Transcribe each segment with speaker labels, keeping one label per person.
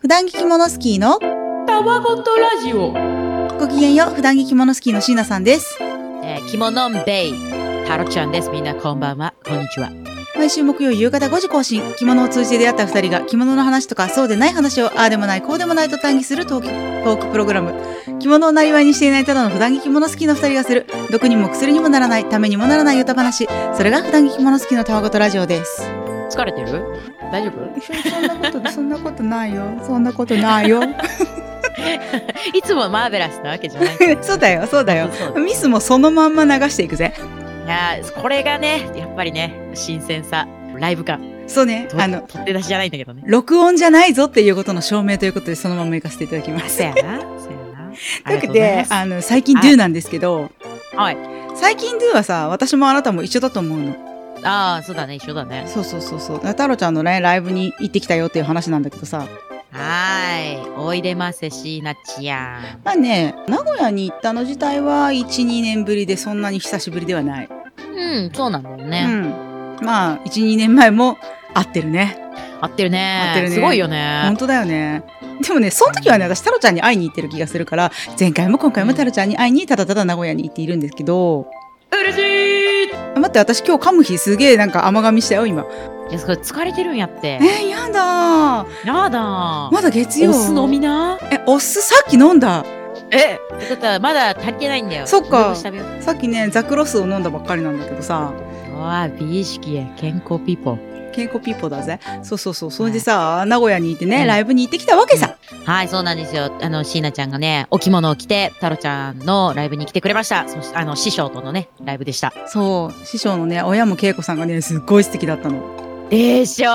Speaker 1: 普段聞きモノスキーの
Speaker 2: たわごとラジオ。
Speaker 1: ごきげんよう普段聞きモノスキーの椎名さんです
Speaker 2: えー、キモノンベイ。タロちゃんです。みんなこんばんは。こんにちは。
Speaker 1: 毎週木曜夕方5時更新着物を通じて出会った2人が着物の話とかそうでない話をああでもないこうでもないと談義するトークトークプログラム着物をなりわいにしていないただの普段着着物好きの2人がする毒にも薬にもならないためにもならない歌話それが普段着着物好きのたわごとラジオです
Speaker 2: 疲れてる大丈夫
Speaker 1: そんなこと そんなことないよそんなことないよ
Speaker 2: いつもマーベラスなわけじゃない。
Speaker 1: そうだよそうだよ
Speaker 2: そうそう
Speaker 1: ミスもそのまんま流していくぜ
Speaker 2: いやーこれがね、やっぱりね、新鮮さ、ライブ感、
Speaker 1: そうね
Speaker 2: と
Speaker 1: あの
Speaker 2: 取って出しじゃないんだけどね。
Speaker 1: 録音じゃないぞっていうことの証明ということでそのまま行かせ ていただきます
Speaker 2: そやな、そやな。
Speaker 1: とい
Speaker 2: あ
Speaker 1: う
Speaker 2: り
Speaker 1: わ
Speaker 2: が
Speaker 1: け
Speaker 2: とうござい
Speaker 1: で
Speaker 2: ま、す。
Speaker 1: あの、最近
Speaker 2: はい
Speaker 1: Do なんですけど、
Speaker 2: はい。
Speaker 1: 最近 Do はさ、私もあなたも一緒だと思うの。
Speaker 2: ああ、そうだね、一緒だね。
Speaker 1: そうそうそうそう。太郎ちゃんのね、ライブに行ってきたよっていう話なんだけどさ、
Speaker 2: はーい。おいでませしなちや
Speaker 1: まあね、名古屋に行ったの自体は1、2年ぶりでそんなに久しぶりではない。
Speaker 2: ん。うん、そうなんだよ
Speaker 1: う
Speaker 2: ね。
Speaker 1: ん。まあ、1、2年前も合ってるね。
Speaker 2: 合ってるね。
Speaker 1: 合ってるね
Speaker 2: すごいよ
Speaker 1: 本
Speaker 2: ね。
Speaker 1: 当だよね。でもね、その時はね、私太郎ちゃんに会いに行ってる気がするから、前回も今回も太郎ちゃんに会いに、ただただ名古屋に行っているんですけど、
Speaker 2: 嬉しいい
Speaker 1: あ待って、私今日噛む日すげえなんか甘噛みしたよ、今。
Speaker 2: や、それ疲れてるんやって。
Speaker 1: えー、やだー。
Speaker 2: やだ
Speaker 1: まだ月曜
Speaker 2: お酢飲みな
Speaker 1: えお酢さっき飲んだ
Speaker 2: えちょっとまだ足りてないんだよ
Speaker 1: そっか
Speaker 2: おう
Speaker 1: さっきねザクロスを飲んだばっかりなんだけどさ
Speaker 2: わ美意識や健康ピーポー
Speaker 1: 健康ピーポーだぜそうそうそうそれでさ名古屋にいてね、ライブに行ってきたわけさ、
Speaker 2: はいそうなんですよあの椎名ちゃんがねお着物を着て太郎ちゃんのライブに来てくれましたそしてあの師匠とのねライブでした
Speaker 1: そう師匠のね親も恵子さんがねすっごい素敵だったの
Speaker 2: でしょ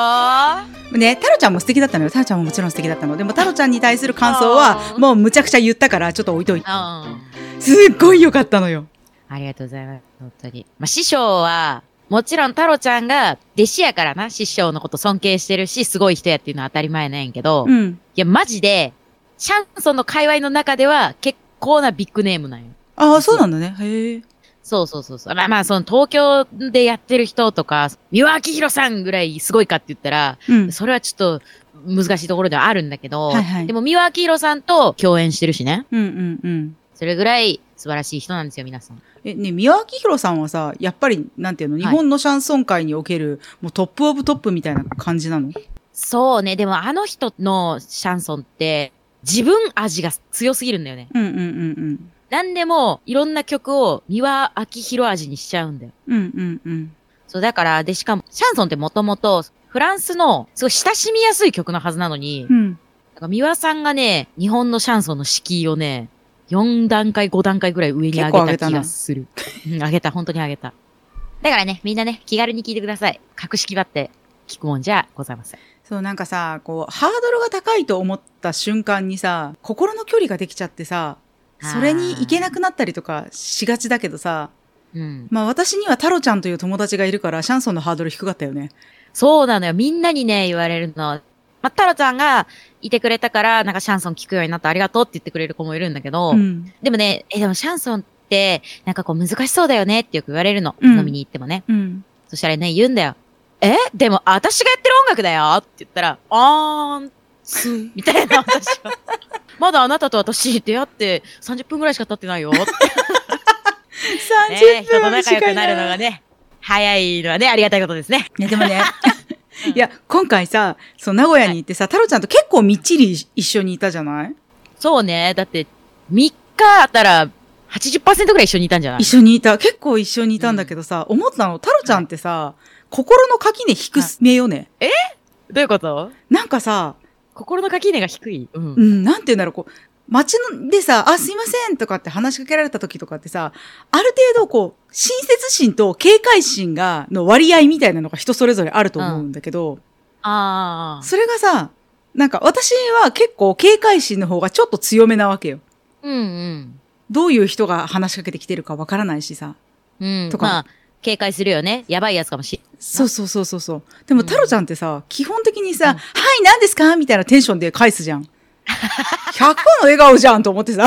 Speaker 1: ね太郎ちゃんも素敵だったのよ太郎ちゃんももちろん素敵だったのでも太郎ちゃんに対する感想は
Speaker 2: あー
Speaker 1: もうむちゃくちゃ言ったからちょっと置いといて
Speaker 2: あ
Speaker 1: すっごい良かったのよ
Speaker 2: ありがとうございます本当に、まあ、師匠はもちろん太郎ちゃんが弟子やからな師匠のこと尊敬してるしすごい人やっていうのは当たり前なんやけど、
Speaker 1: う
Speaker 2: い
Speaker 1: ん
Speaker 2: やマジでシャンソンの界隈の中では結構なビッグネームなんよ
Speaker 1: ああそうなんだねへえ
Speaker 2: そうそうそうそう。まあまあ、その東京でやってる人とか、三輪明宏さんぐらいすごいかって言ったら、
Speaker 1: うん
Speaker 2: それはちょっと難しいところではあるんだけど、
Speaker 1: はいはい
Speaker 2: でも三輪明宏さんと共演してるしね。
Speaker 1: うんうんうん
Speaker 2: それぐらい素晴らしい人なんですよ、皆さん。
Speaker 1: えね宮脇宏さんはさやっぱりなんていうの日
Speaker 2: はい
Speaker 1: 本のシャンソン界における、もうトップオブトップみたいな感じなの
Speaker 2: そうね、でもあの人のシャンソンって、自分味が強すぎるんだよね。
Speaker 1: うんうんうん
Speaker 2: なんでも、いろんな曲を三輪明宏味にしちゃうんだよ。
Speaker 1: うんうんうんうん
Speaker 2: そう、だから、で、しかも、シャンソンってもともと、フランスの、すごい親しみやすい曲のはずなのに、
Speaker 1: うん
Speaker 2: なんか三輪さんがね、日本のシャンソンの敷居をね、4段階、5段階ぐらい上に上
Speaker 1: 結構上
Speaker 2: げ
Speaker 1: げた
Speaker 2: た
Speaker 1: な
Speaker 2: 気がする。うん、上げた、本当に上げた。だからね、みんなね、気軽に聞いてください。格式ばって聞くもんじゃございません。
Speaker 1: そうなんかさこうハードルが高いと思った瞬間にさ心の距離ができちゃってさそれに行けなくなったりとかしがちだけどさ
Speaker 2: うん。
Speaker 1: まあ私には太郎ちゃんという友達がいるからシャンソンのハードル低かったよね
Speaker 2: そうなのよ。みんなにね、言われるの。まあ、太郎ちゃんがいてくれたから、なんかシャンソン聞くようになったありがとうって言ってくれる子もいるんだけど、
Speaker 1: うん
Speaker 2: でもね、え、でもシャンソンって、なんかこう難しそうだよねってよく言われるの。
Speaker 1: うん
Speaker 2: 飲みに行ってもね。
Speaker 1: うん
Speaker 2: そしたらね、言うんだよ。えでも、私がやってる音楽だよって言ったら、あーん、すん、みたいな、私は。まだあなたと私出会って30分ぐらいしか経ってないよって。ね、
Speaker 1: 30
Speaker 2: 人
Speaker 1: 分
Speaker 2: と
Speaker 1: は
Speaker 2: 仲
Speaker 1: 短
Speaker 2: 良く
Speaker 1: い
Speaker 2: なるのがね、早いのはね、ありがたいことですね。
Speaker 1: いやでもね
Speaker 2: うん
Speaker 1: いや今回さそう名古屋に行ってさ太郎ちゃんと結構みっちり一緒にいたじゃない
Speaker 2: そうね、だって、3日あったら80%ぐらい一緒にいたんじゃない
Speaker 1: 一緒にいた結構一緒にいたんだけどさ、思ったの太郎ちゃんってさ、心の垣根低めよね、
Speaker 2: どういうこと
Speaker 1: なんかさ、
Speaker 2: 心の垣根が低い。うん
Speaker 1: う。ん、なんて言うんだろうこう街のでさ「あすいません」とかって話しかけられた時とかってさある程度こう親切心と警戒心がの割合みたいなのが人それぞれあると思うんだけど、
Speaker 2: あー。
Speaker 1: それがさなんか私は結構警戒心の方がちょっと強めなわけよ。
Speaker 2: うんうん。
Speaker 1: どういう人が話しかけてきてるかわからないしさ。
Speaker 2: うん。
Speaker 1: とか
Speaker 2: まあ、警戒するよね。やばいやつかもしれ
Speaker 1: そうそうそうそうそう。でも、
Speaker 2: うん
Speaker 1: 太郎ちゃんってさ、基本的にさ、
Speaker 2: うん
Speaker 1: はい、何ですかみたいなテンションで返すじゃん。100個の笑顔じゃんと思ってさ。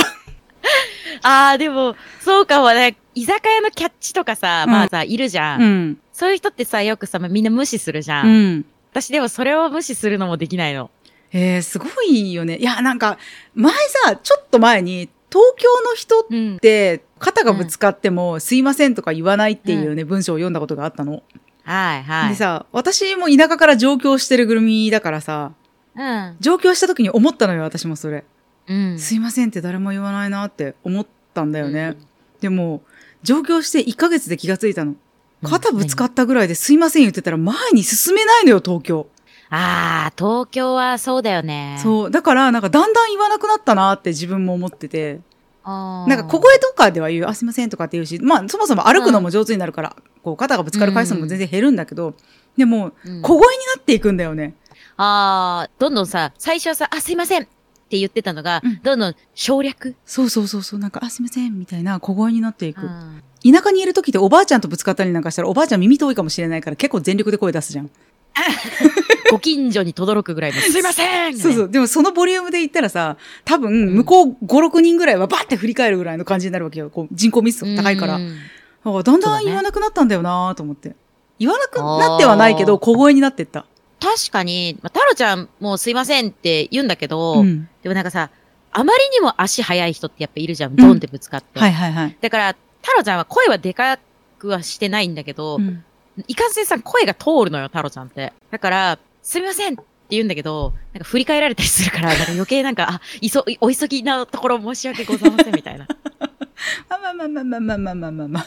Speaker 2: ああ、でも、そうかもね。居酒屋のキャッチとかさ、
Speaker 1: うん
Speaker 2: まあさ、いるじゃん。
Speaker 1: ん。
Speaker 2: そういう人ってさ、よくさ、みんな無視するじゃ。
Speaker 1: うんん。
Speaker 2: 私でもそれを無視するのもできないの。
Speaker 1: えー、すごいよね。いや、なんか、前さ、ちょっと前に、東京の人っ
Speaker 2: うん。
Speaker 1: て、肩がぶつかっても、すいませんとか言わないっていうね、文章を読んだことがあったの。
Speaker 2: はいは
Speaker 1: で
Speaker 2: い。
Speaker 1: さ、私も田舎から上京してるぐるみだからさ、
Speaker 2: うん。
Speaker 1: 上京した時に思ったのよ、私もそれ。
Speaker 2: うん。
Speaker 1: すいませんって誰も言わないなって思ったんだよね。
Speaker 2: うん。
Speaker 1: でも、上京して1ヶ月で気がついたの。
Speaker 2: うん
Speaker 1: 肩ぶつかったぐらいですいません言ってたら前に進めないのよ、東京。
Speaker 2: ああ、東京はそうだよね。う。
Speaker 1: そう。だから、なんかだんだん言わなくなったなって自分も思ってて。
Speaker 2: な
Speaker 1: なんか小声とかでは言う、あ、すいませんとかって言うし、まあそもそも歩くのも上手になるから、こう肩がぶつかる回数も全然減るんだけど、でも、小声になっていくんだよね。
Speaker 2: ああ、どんどんさ、最初はさ、あ、すいませんって言ってたのが、
Speaker 1: うん
Speaker 2: どんどん省略。
Speaker 1: そうそうそうそう、なんか、あ、すいませんみたいな小声になっていく。田舎にいる時っておばあちゃんとぶつかったりなんかしたらおばあちゃん耳遠いかもしれないから結構全力で声出すじゃん。
Speaker 2: ご近所に轟くぐ らいの、すいません、
Speaker 1: そうそう。でもそのボリュームで言ったらさ、多分向こう5、6人ぐらいはバッて振り返るぐらいの感じになるわけよ。こう人口密
Speaker 2: うん
Speaker 1: 度高いから。あだんだん言わなくなったんだよなと思って。言わなくなってはないけ
Speaker 2: あ
Speaker 1: ど
Speaker 2: ー
Speaker 1: 小声になってった。
Speaker 2: 確かに、まあ、太郎ちゃんもすいませんって言うんだけど、
Speaker 1: うん。
Speaker 2: でもなんかさ、あまりにも足早い人ってやっぱいるじゃん。ドンってぶつかって。
Speaker 1: はいはいはい。
Speaker 2: だから、太郎ちゃんは声はでかくはしてないんだけど、
Speaker 1: うん
Speaker 2: いかんせんさん声が通るのよ、太郎ちゃんって。だから、すみませんって言うんだけど、なんか振り返られたりするから、なんか余計なんか、あ、いそ、お急ぎなところ申し訳ございませんみ たいな。
Speaker 1: あまあまあまあまあまあまあまあまあまあ。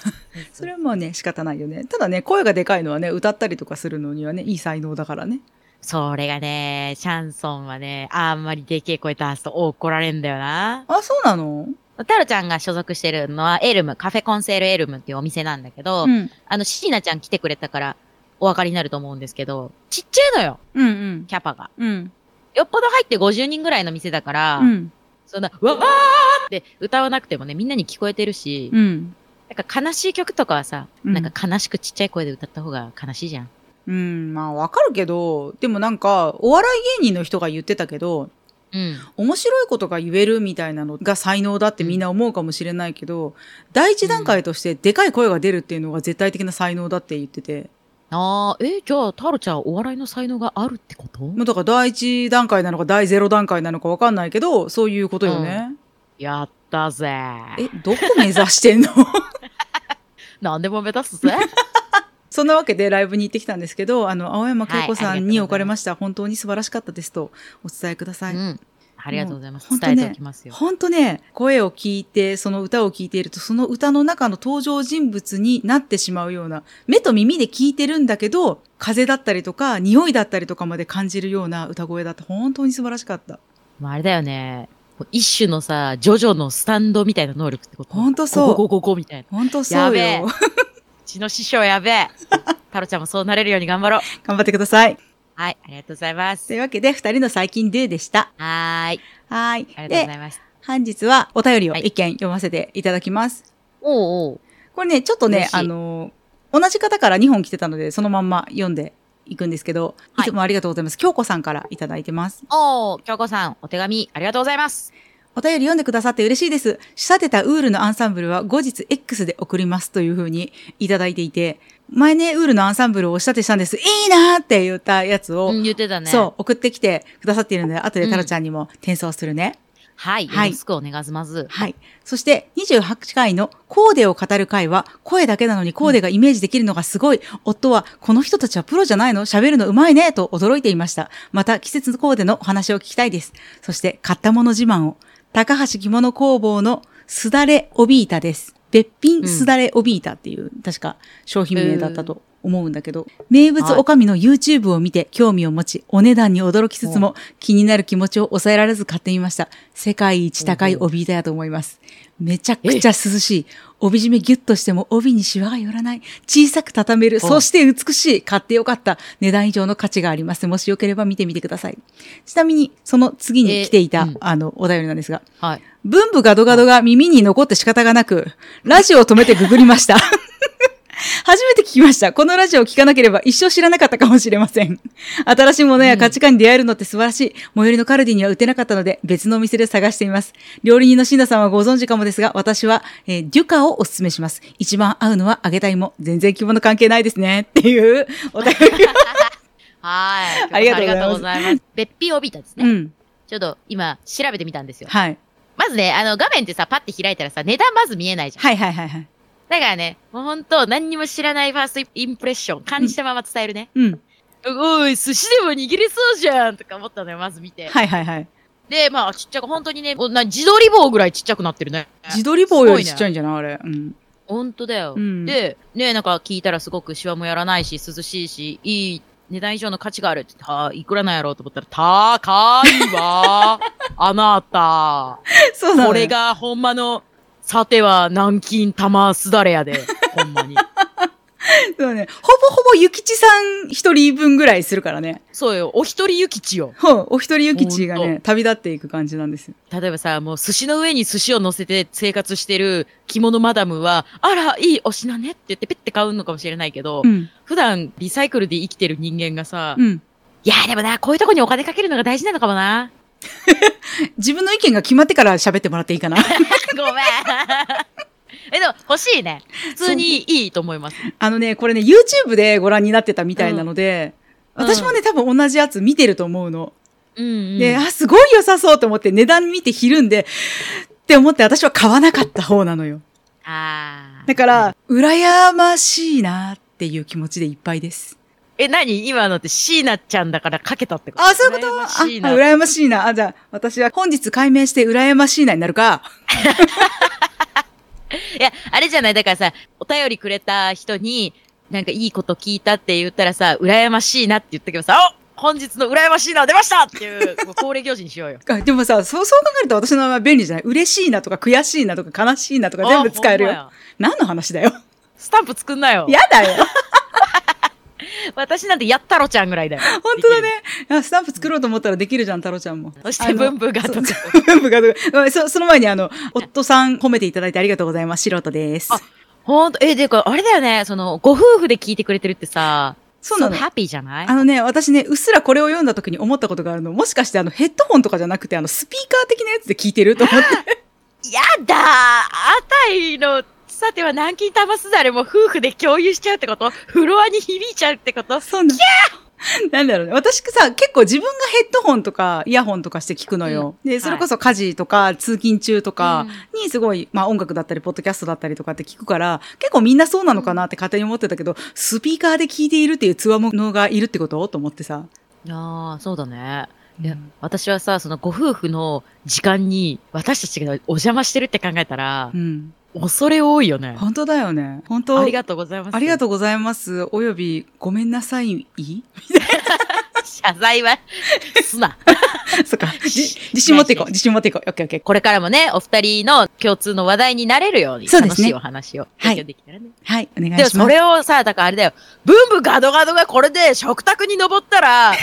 Speaker 1: それはもうね、仕方ないよね。ただね、声がでかいのはね、歌ったりとかするのにはね、いい才能だからね。
Speaker 2: それがね、シャンソンはね、あんまりでけえ声出すと怒られんだよな。
Speaker 1: あ、そうなの
Speaker 2: 太郎ちゃんが所属してるのはエルム、カフェコンセールエルムっていうお店なんだけど、
Speaker 1: うん。
Speaker 2: あの、シーナちゃん来てくれたから、お分かりになると思うんですけど、ちっちゃいのよ、
Speaker 1: うんうん。
Speaker 2: キャパが。
Speaker 1: うん。
Speaker 2: よっぽど入って50人ぐらいの店だから、
Speaker 1: うん。
Speaker 2: そんな、うわーって歌わなくてもね、みんなに聞こえてるし、
Speaker 1: うん。
Speaker 2: なんか悲しい曲とかはさ、
Speaker 1: うん
Speaker 2: なんか悲しくちっちゃい声で歌った方が悲しいじゃん。
Speaker 1: うん、まあわかるけど、でもなんか、お笑い芸人の人が言ってたけど、
Speaker 2: うん。
Speaker 1: 面白いことが言えるみたいなのが才能だってみんな思うかもしれないけど、第一段階としてでかい声が出るっていうのが絶対的な才能だって言ってて、
Speaker 2: ああ、えーじゃあ、タロちゃんお笑いの才能があるってこと
Speaker 1: もうだから第一段階なのか第ゼロ段階なのかわかんないけど、そういうことよね。
Speaker 2: やったぜ。
Speaker 1: え、どこ目指してん の
Speaker 2: 何でも目指す ぜ。
Speaker 1: そんなわけでライブに行ってきたんですけど、あの、青山恵子さ
Speaker 2: はいありがとうござい
Speaker 1: ん
Speaker 2: ます
Speaker 1: におかれました、本当に素晴らしかったですとお伝えください。
Speaker 2: うん。ありがとうございま
Speaker 1: も
Speaker 2: す。
Speaker 1: うほんと
Speaker 2: 伝
Speaker 1: ね
Speaker 2: えておきますよ。
Speaker 1: ほんとね、声を聞いて、その歌を聞いていると、その歌の中の登場人物になってしまうような、目と耳で聞いてるんだけど、風だったりとか、匂いだったりとかまで感じるような歌声だって、本当に素晴らしかった。
Speaker 2: まあ、あれだよね。こう一種のさ、ジョジョのスタンドみたいな能力ってこと
Speaker 1: ほんとそう
Speaker 2: ゴゴゴゴゴみたいな。
Speaker 1: ほんとそう
Speaker 2: や
Speaker 1: よ
Speaker 2: べ。うちの師匠やべえ。タロちゃんもそうなれるように頑張ろう。
Speaker 1: 頑張ってください。
Speaker 2: はい、ありがとうございま
Speaker 1: と
Speaker 2: す。
Speaker 1: いうわけで、二人の最近 Do でした。
Speaker 2: はーい、
Speaker 1: は
Speaker 2: あ
Speaker 1: い。
Speaker 2: りがとうご
Speaker 1: で
Speaker 2: ざ、います。
Speaker 1: 本日はお便りを
Speaker 2: はい
Speaker 1: 一件読ませていただきます。
Speaker 2: おうおう。
Speaker 1: これね、ちょっとね
Speaker 2: 嬉、しい
Speaker 1: あの、同じ方から2本来てたので、そのまんま読んでいくんですけど、い
Speaker 2: はい
Speaker 1: つもありがとうございます。京子さんからいただいてます。
Speaker 2: おう、京子さん、お手紙ありがとうございます。
Speaker 1: お便り読んでくださって嬉しいです。仕立てたウールのアンサンブルは後日 X で送りますというふうにいただいていて、前ね、ウールのアンサンブルをお仕立てしたんです。いいなーって言ったやつを、
Speaker 2: うん、言ってたね。
Speaker 1: そう、送ってきてくださっているので、後で
Speaker 2: うん
Speaker 1: タロちゃんにも転送するね。
Speaker 2: はい、
Speaker 1: はい
Speaker 2: よろしくお願いします。
Speaker 1: はい。そして、28回のコーデを語る回は、声だけなのにコーデがイメージできるのがすごい。夫は、この人たちはプロじゃないの喋るのうまいねと驚いていました。また、季節のコーデのお話を聞きたいです。そして、買ったもの自慢を。高橋着物工房のすだれオビータです。べっぴんすだれオビータっていう、確か商品名だったと思うんだけど、名物おかみの YouTube を見て興味を持ち、お値段に驚きつつも気になる気持ちを抑えられず買ってみました。世界一高い帯板やと思います。めちゃくちゃ涼しい。帯締めギュッとしても帯にシワが寄らない。小さく畳める。
Speaker 2: お
Speaker 1: そして美しい。買ってよかった。値段以上の価値があります。もしよければ見てみてください。ちなみに、その次に来ていた、
Speaker 2: えうん
Speaker 1: あの、お便りなんですが、
Speaker 2: はい。
Speaker 1: 文部ガドガドが耳に残って仕方がなく、ラジオを止めてググりました。 初めて聞きました。このラジオを聞かなければ一生知らなかったかもしれません。新しいものや価値観に出会えるのって素晴らしい。最寄りのカルディには売ってなかったので、別のお店で探しています。料理人のシンダさんはご存知かもですが、私は、えーデュカをお勧めします。一番合うのは揚げた芋。全然着物関係ないですね。っていうお便 り。
Speaker 2: はい。
Speaker 1: ありがとうございます
Speaker 2: ます。べっぴおびたです
Speaker 1: う
Speaker 2: ね。
Speaker 1: ん。
Speaker 2: ちょっと今調べてみたんですよ。
Speaker 1: はい。
Speaker 2: まずね、あの画面ってさ、パッて開いたらさ、値段まず見えないじゃん。
Speaker 1: はいはいはいはい。
Speaker 2: だからね、もうほんと何にも知らないファーストインプレッション、感じたまま伝えるね。
Speaker 1: うん。
Speaker 2: おい、寿司でも握れそうじゃんとか思ったのよ、まず見て。
Speaker 1: はいはいはい。
Speaker 2: で、まあ、ちっちゃく、本当にね、おな自撮り棒ぐらいちっちゃくなってるね。
Speaker 1: 自撮り棒よりちっちゃいんじゃないあれ。うん。
Speaker 2: ほんとだよ。
Speaker 1: うん
Speaker 2: で、ね、なんか聞いたらすごくシワもやらないし、涼しいし、いい値段以上の価値があるって言って。はあ、いくらなんやろうと思ったら、高い わ。あなた。
Speaker 1: そうなのよ
Speaker 2: これ。がほんまの、さては南京玉すだれやで。ほんまに。
Speaker 1: そうね。ほぼほぼゆきちさん一人分ぐらいするからね。
Speaker 2: そうよ、お一人ゆきちよ。
Speaker 1: ほう、お一人ゆきちが
Speaker 2: ほん
Speaker 1: ね、旅立っていく感じなんですよ。
Speaker 2: 例えばさ、もう寿司の上に寿司を乗せて生活してる着物マダムは、あら、いいお品ねって言ってペッて買うのかもしれないけど、
Speaker 1: うん。
Speaker 2: 普段リサイクルで生きてる人間がさ、
Speaker 1: うん。
Speaker 2: いや、でもな、こういうとこにお金かけるのが大事なのかも な。
Speaker 1: 自分の意見が決まってから喋ってもらっていい かな。
Speaker 2: ごめん。え、でも欲しいね。普通にいいと思います。
Speaker 1: あのね、これね、YouTube でご覧になってたみたいなので、
Speaker 2: うん
Speaker 1: 私もね、多分同じやつ見てると思うの。
Speaker 2: うん、うん。
Speaker 1: で、あ、すごい良さそうと思って値段見てひるんで、って思って私は買わなかった方なのよ。
Speaker 2: あー
Speaker 1: だから、羨ましいなっていう気持ちでいっぱいです。
Speaker 2: え、何今のってシーナちゃんだからかけたってこと
Speaker 1: あ、そういうこと
Speaker 2: 羨ま
Speaker 1: あ、
Speaker 2: しいな
Speaker 1: 羨ましいな。あ、じゃあ、私は本日解明して羨ましいなになるか。
Speaker 2: いや、あれじゃない。だからさ、お便りくれた人に、なんかいいこと聞いたって言ったらさ、羨ましいなって言ったけどさ、お本日の羨ましいな出ましたっていう、もう恒例行事にしようよ。
Speaker 1: あでもさ、そう、そう考えると私の名前便利じゃない嬉しいなとか悔しいなとか悲しいなとか全部使える
Speaker 2: あほん
Speaker 1: よ。
Speaker 2: まや
Speaker 1: 何の話だよ。
Speaker 2: スタンプ作んなよ。
Speaker 1: やだよ。
Speaker 2: 私なんてやったろちゃんぐら いだよ。
Speaker 1: 本当だね。あスタンプ作ろうと思ったらできるじゃん、太郎ちゃんも。
Speaker 2: そしてブンブンがとか。
Speaker 1: そう文部がとかごめんそその前にあの、夫さん褒めていただいてありがとうございます。素人です。
Speaker 2: あほんと、え、でか、あれだよね。その、ご夫婦で聞いてくれてるってさ、
Speaker 1: そうな
Speaker 2: す
Speaker 1: の
Speaker 2: ごい。ハッピーじゃない
Speaker 1: あのね、私ね、うっすらこれを読んだ時に思ったことがあるの。もしかしてあの、ヘッドホンとかじゃなくて、あの、スピーカー的なやつで聞いてると思って。
Speaker 2: やだーあたいの、さては南京玉すだれも夫婦で共有しちゃうってことフロアに響いちゃうってこと
Speaker 1: そうなの。なんだろうね。私さ、結構自分がヘッドホンとか、イヤホンとかして聞くのよ。で、それこそ家事とか、通勤中とかにすごい、まあ音楽だったり、ポッドキャストだったりとかって聞くから、結構みんなそうなのかなって勝手に思ってたけど、スピーカーで聞いているっていうつわものがいるってことと思ってさ。
Speaker 2: ああ、そうだね。いや
Speaker 1: うん、
Speaker 2: 私はさ、そのご夫婦の時間に私たちがお邪魔してるって考えたら
Speaker 1: う、ん。
Speaker 2: 恐れ多いよね。
Speaker 1: 本当だよね。本当。
Speaker 2: ありがとうございます。
Speaker 1: ありが
Speaker 2: う。
Speaker 1: とうございます。および、ごめんなさい、いい
Speaker 2: 謝罪は、すな。
Speaker 1: そっ か。じ自信持っていこう。自信持っていこう。オッケーオッケー。
Speaker 2: これからもね、お二人の共通の話題になれるように、
Speaker 1: そうですね
Speaker 2: 楽しいお話を
Speaker 1: はい
Speaker 2: 提供できたらね。
Speaker 1: はい。お願いします。
Speaker 2: でもそれをさ、だからあれだよ、ブンブンガドガドがこれで食卓に登っ たら、も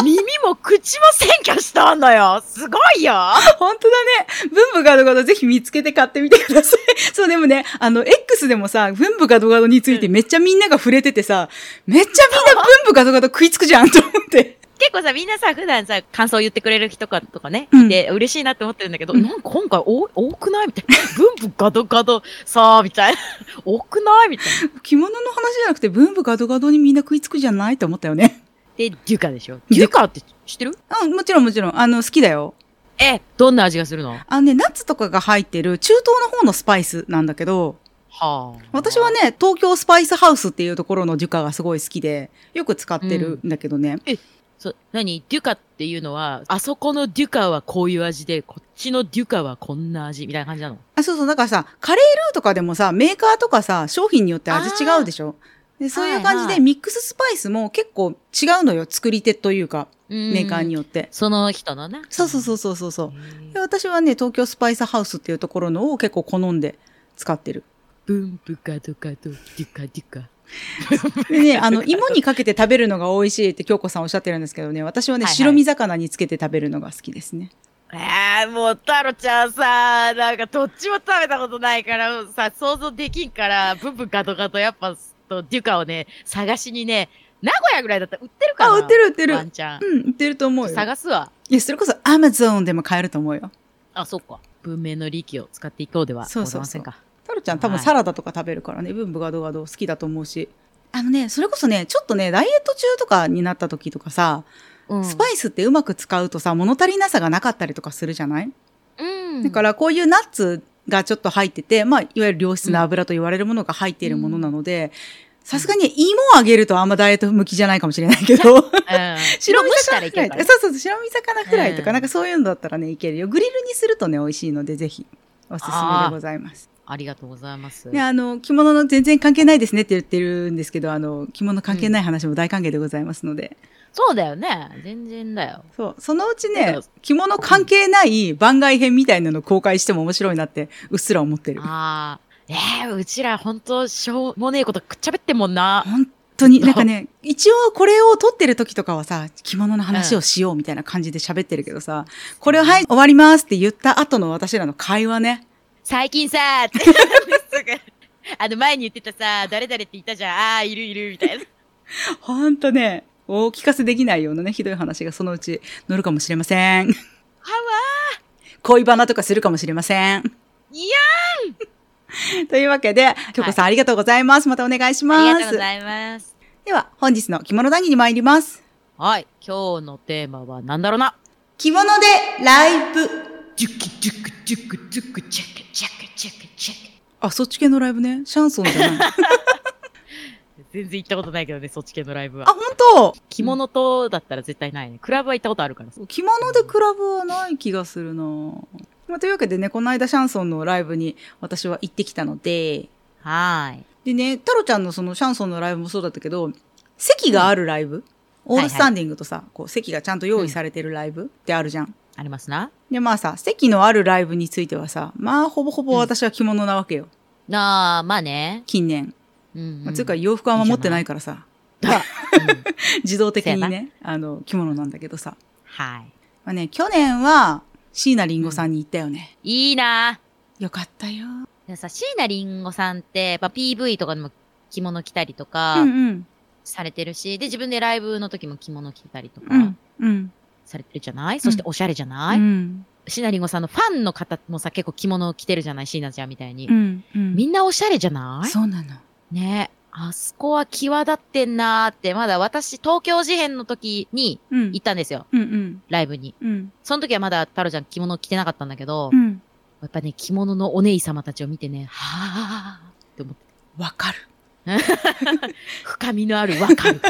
Speaker 2: う耳も口も占拠したんだよすごいよ
Speaker 1: 本当だね。文部ガドガドぜひ見つけて買ってみてください。 そう、でもね、あの、X でもさ、文部ガドガドについてめっちゃみんなが触れててさ、めっちゃみんな文部ガドガド食いつくじゃんと思って。
Speaker 2: 結構さ、みんなさ、普段さ、感想言ってくれる人かとかね、
Speaker 1: うん
Speaker 2: いて嬉しいなって思ってるんだけど、
Speaker 1: うん
Speaker 2: なんか今回多多くないみたいな。文武ガドガドさあ、みたいな。 多くないみたいな。
Speaker 1: 着物の話じゃなくて文部ガドガドにみんな食いつくじゃないと思ったよね。
Speaker 2: で、デュカでしょ。
Speaker 1: デ
Speaker 2: デ
Speaker 1: ュ
Speaker 2: ュカって知ってる
Speaker 1: うん、もちろんもちろん。あの、好きだよ。
Speaker 2: え、どんな味がするのは
Speaker 1: あのね、ナッツとかが入ってる中東の方のスパイスなんだけど、
Speaker 2: あ。
Speaker 1: 私は。ね、東京スパイスハウスっていうところの樹花がすごい好きで、よく使ってるんだけどね。
Speaker 2: そう、何デュカっていうのは、あそこのデュカはこういう味で、こっちのデュカはこんな味みたいな感じなの
Speaker 1: あ、そうそう。だからさ、カレールーとかでもさ、メーカーとかさ、商品によって味違うでしょでそういう感じ
Speaker 2: はいは
Speaker 1: で、
Speaker 2: い
Speaker 1: ミックススパイスも結構違うのよ。作り手というか、メ
Speaker 2: メ
Speaker 1: ーカーに。よって。
Speaker 2: その人のな。。
Speaker 1: そうそうそううそうそうそう。で私はね、東京スパイスハウスっていうところのを結構好んで使って る。
Speaker 2: ブンブガドガド、デュカデュカ。
Speaker 1: でね、あの、芋にかけて食べるのが美味しいって京子さんおっしゃってるんですけどね、私はね、
Speaker 2: はいはい
Speaker 1: 白身魚につけて食べるのが好きですね。
Speaker 2: えー、もう、太郎ちゃんさ、なんかどっちも食べたことないから、もうさ、想像できんから、ブンブンガトガト、やっぱ、と、デュカをね、探しにね、名古屋ぐらいだったら売ってるか
Speaker 1: あ、
Speaker 2: な
Speaker 1: 売ってる売って
Speaker 2: ワ
Speaker 1: る。
Speaker 2: ンちゃん。
Speaker 1: うん、売ってると思うよ。
Speaker 2: 探すわ。
Speaker 1: いや、それこそ Amazon でも買えると思うよ。
Speaker 2: あ、そっか。文明の利器を使っていこうでは
Speaker 1: そう
Speaker 2: ご
Speaker 1: そうそう
Speaker 2: ざいませんか。
Speaker 1: タロちゃん多分
Speaker 2: はい
Speaker 1: サラダとか食べるからね、ブンブガドガド好きだと思うし。あのね、それこそね、ちょっとね、ダイエット中とかになった時とかさ、
Speaker 2: うん
Speaker 1: スパイスってうまく使うとさ、物足りなさがなかったりとかするじゃない、
Speaker 2: うん。
Speaker 1: だからこういうナッツがちょっと入ってて、まあ、いわゆる良質な油と言われるものが入っているものなので、さすがに芋をあげるとあんまダイエット向きじゃないかもしれないけ ど、
Speaker 2: うん、
Speaker 1: 白身
Speaker 2: 蒸した
Speaker 1: 魚
Speaker 2: らい
Speaker 1: フライとか、
Speaker 2: けるから。
Speaker 1: そうそうそう、白身魚フライとか、
Speaker 2: うん
Speaker 1: なんかそういうのだったらね、いけるよ。グリルにするとね、美味しいので、ぜひ、おすすめでございます。
Speaker 2: ありがとうございます。
Speaker 1: で、あの、着物の全然関係ないですねって言ってるんですけど、あの、着物関係ない話も大歓迎でございますので、
Speaker 2: そうだよね。全然だよ。
Speaker 1: そう、そのうち
Speaker 2: なん
Speaker 1: ね
Speaker 2: か、
Speaker 1: 着物関係ない番外編みたいなの公開しても面白いなって、うっすら思ってる。本
Speaker 2: ああ。ええうちら本当しょうもねえことくっちゃべってんもんな。
Speaker 1: 当に、なんかね、一応これを撮ってる時とかはさ、着物の話をしようみたいな感じで喋ってるけどさ、これをはい、終わりますって言った後の私らの会話ね、
Speaker 2: 最近 さーってすぐ。あの前に言ってたさ、誰々って言ったじゃん。ああー、いるいる、みたいな。
Speaker 1: ほんとね、お聞かせできないようなね、ひどい話がそのうち乗るかもしれません。
Speaker 2: はわ
Speaker 1: 恋バナとかするかもしれません。
Speaker 2: ーいや
Speaker 1: というわけで、京子さん、ありがとうございます。またお願いし
Speaker 2: ーあ
Speaker 1: ま
Speaker 2: りがとう
Speaker 1: す
Speaker 2: ご。ざいます。
Speaker 1: では、本日の着物談義に参ります。
Speaker 2: はい。今日のテーマは何だろうな。
Speaker 1: 着物でライブ。
Speaker 2: ジュッキジュックジュックジュックチェックチェックチェックチェック。
Speaker 1: あ、そっち系のライブね。シャンソンじゃ ない。
Speaker 2: 全然行ったことないけどね、そっち系のライブ
Speaker 1: あ、
Speaker 2: は。
Speaker 1: ほんと
Speaker 2: 着物とだったら絶対ないね。クラブは行ったことあるからさ。
Speaker 1: 着物でクラブはない気がするなまあ、というわけでね、この間シャンソンのライブに私は行ってきたので、
Speaker 2: はーい。
Speaker 1: でね、太郎ちゃんのそのシャンソンのライブもそうだったけど、席があるライブ、オールスタンディングとさ、こう席がちゃんと用意されてるライブってあるじゃん。
Speaker 2: ありますな。
Speaker 1: で、まあさ、席のあるライブについてはさ、まあほぼほぼ私は着物なわけよ、
Speaker 2: なあ、まあね。
Speaker 1: 近年。
Speaker 2: うん、うん。
Speaker 1: まあ、つうか洋服はあんま持ってないからさ、
Speaker 2: うん
Speaker 1: 自動的に
Speaker 2: そう
Speaker 1: ね、あの、着物なんだけどさ。
Speaker 2: はい。
Speaker 1: まあね、去年は、椎名林檎さんに行ったよね。
Speaker 2: いいな
Speaker 1: よかったよ。
Speaker 2: でもさ、椎名林檎さんって、まあ、PV とかでも着物着たりと
Speaker 1: う
Speaker 2: か
Speaker 1: んうん。
Speaker 2: されてるし、で、自分でライブの時も着物着たりと
Speaker 1: う
Speaker 2: か
Speaker 1: ん。うん。
Speaker 2: されてるじゃない、そしておしゃれじゃない、
Speaker 1: うん。
Speaker 2: 椎名林檎さんのファンの方もさ、結構着物を着てるじゃない椎名ちゃんみたいに。
Speaker 1: うん。うん。
Speaker 2: みんなおしゃれじゃない
Speaker 1: そうなの。
Speaker 2: ねあそこは際立ってんなーって、まだ私、東京事変の時に
Speaker 1: うん
Speaker 2: 行。ったんですよ、
Speaker 1: うんうん。
Speaker 2: ライブに。
Speaker 1: うん。
Speaker 2: その時はまだ太郎ちゃん着物着てなかったんだけど、
Speaker 1: うん。
Speaker 2: やっぱね、着物のお姉様たちを見てね、はぁーって思って、
Speaker 1: わかる。
Speaker 2: 深みのあるわかる。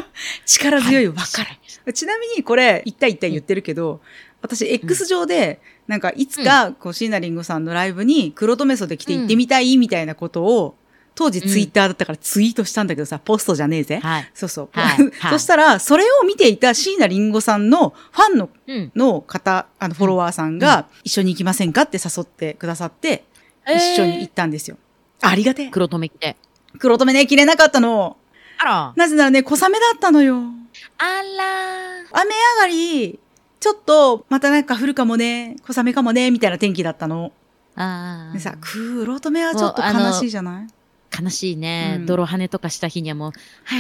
Speaker 1: 力 強いわか
Speaker 2: る。
Speaker 1: る。ちなみにこれ、一対一対言ってるけど、私、X 上で、なんか、いつか、こう、椎名林檎さんのライブに、黒留め袖着て行ってみたい、みたいなことを、当時
Speaker 2: うん
Speaker 1: ツイッターだったからツイートしたんだけどさ、ポストじゃねえぜ。
Speaker 2: はい。
Speaker 1: そうそう。
Speaker 2: はいはい
Speaker 1: そしたら、それを見ていた椎名林檎さんのファンの
Speaker 2: うん。
Speaker 1: の方、あの、フォロワーさんが、一緒に行きませんかって誘ってくださって、一緒に行
Speaker 2: えー
Speaker 1: ったんですよ。ありがてえ。
Speaker 2: 黒留め着て。
Speaker 1: 黒留めね、着れなかったの。
Speaker 2: あら。
Speaker 1: なぜならね、小雨だったのよ。
Speaker 2: あらー。
Speaker 1: 雨上がり、ちょっと、またなんか降るかもね、小雨かもね、みたいな天気だったの。
Speaker 2: あ
Speaker 1: でさ、
Speaker 2: ー。
Speaker 1: 黒留めはちょっと
Speaker 2: もうあの
Speaker 1: 悲しいじゃない
Speaker 2: 悲しいね。
Speaker 1: うん
Speaker 2: 泥跳ねとかした日にはもう、はぁ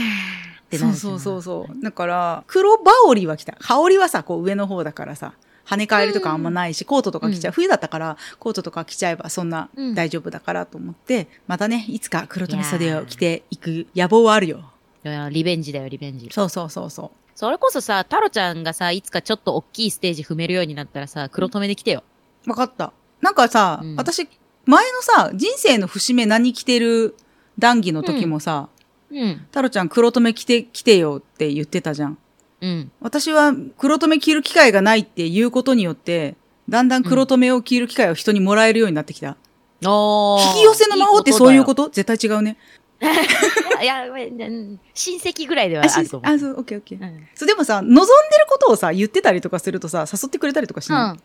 Speaker 2: ーってな
Speaker 1: そう
Speaker 2: るじゃ
Speaker 1: そ
Speaker 2: な
Speaker 1: う
Speaker 2: い
Speaker 1: そうそう。だから、黒羽織は来た。羽織はさ、こう上の方だからさ、跳ね返りとかあんまないし、コートとか着ちゃう。冬だったから、コートとか着ちゃえばそんな
Speaker 2: うん
Speaker 1: 大丈夫だからと思って、またね、いつか黒留め袖を着ていく野望はあるよ。
Speaker 2: いやリベンジだよ、リベンジ。
Speaker 1: そうそうそうそう。
Speaker 2: それこそさ、タロちゃんがさ、いつかちょっと大きいステージ踏めるようになったらさ、黒留めで来てよ。
Speaker 1: わかった。なんかさ、
Speaker 2: うん
Speaker 1: 私、前のさ、人生の節目何着てる談義の時もさ、
Speaker 2: うん。
Speaker 1: 太郎ちゃん黒留め着て、着てよって言ってたじゃん。
Speaker 2: うん。
Speaker 1: 私は黒留め着る機会がないっていうことによって、だんだん黒留めを着る機会を人にもらえるようになってきた。
Speaker 2: おー。
Speaker 1: 引き寄せの魔法ってそういう
Speaker 2: と
Speaker 1: こと絶対違うね。
Speaker 2: いや、いやうん親戚ぐらいでは
Speaker 1: あ、
Speaker 2: あ
Speaker 1: し
Speaker 2: ると思う。
Speaker 1: あそう、オッケーオッケー。
Speaker 2: うん。
Speaker 1: そう、でもさ、望んでることをさ、言ってたりとかするとさ、誘ってくれたりとかし
Speaker 2: う。
Speaker 1: なん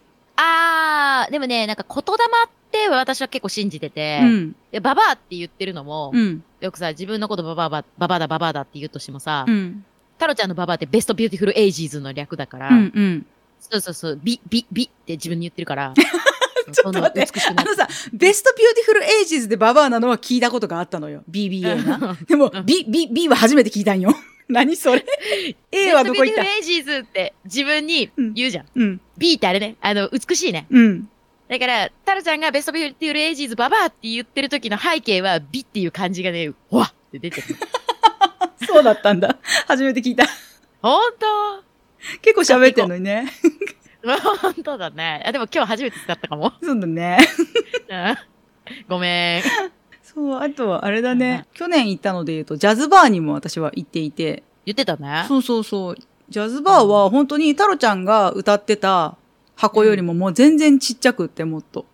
Speaker 2: あー、でもね、なんか言霊って私は結構信じてて、
Speaker 1: いうん。
Speaker 2: でババアって言ってるのも、
Speaker 1: うん。
Speaker 2: よくさ、自分のことババアバ、ババアだババアだって言うとしてもさ、
Speaker 1: うん。
Speaker 2: タロちゃんのババアってベストビューティフルエイジーズの略だから、
Speaker 1: うん。うん。
Speaker 2: そうそうそう、美、美、美って自分に言って るから。
Speaker 1: ちょっと待って
Speaker 2: どんどん美しく
Speaker 1: あ
Speaker 2: な
Speaker 1: のさ、ベストビューティフルエイジズでババアなのは聞いたことがあったのよ。BBA が。
Speaker 2: る。
Speaker 1: でも
Speaker 2: う、ん
Speaker 1: B、B、B は初めて聞いたんよ。 何そ れ ?A はどこ行っ
Speaker 2: ベ
Speaker 1: た
Speaker 2: ストビューティフルエイジーズって自分に言うじゃん。
Speaker 1: うん、
Speaker 2: B ってあれね、あの、美しいね。
Speaker 1: うん。
Speaker 2: だから、タルちゃんがベストビューティフルエイジーズババアって言ってる時の背景は、美っていう感じがね、ほわって 出てくる。
Speaker 1: そうだったんだ。初めて聞いた。
Speaker 2: ほん と
Speaker 1: 結構喋ってんのにね。
Speaker 2: ほんとだね。あ、でも今日初めて使ったかも。
Speaker 1: そうだね。
Speaker 2: うんごめん。
Speaker 1: そう、あとはあれだ
Speaker 2: うんう
Speaker 1: ね
Speaker 2: ん。
Speaker 1: 去年行ったので言うと、ジャズバーにも私は行っていて。
Speaker 2: 言ってたね。
Speaker 1: そうそうそう。ジャズバーは本当に太郎ちゃんが歌ってた箱よりももう全然ちっちゃくってもっと。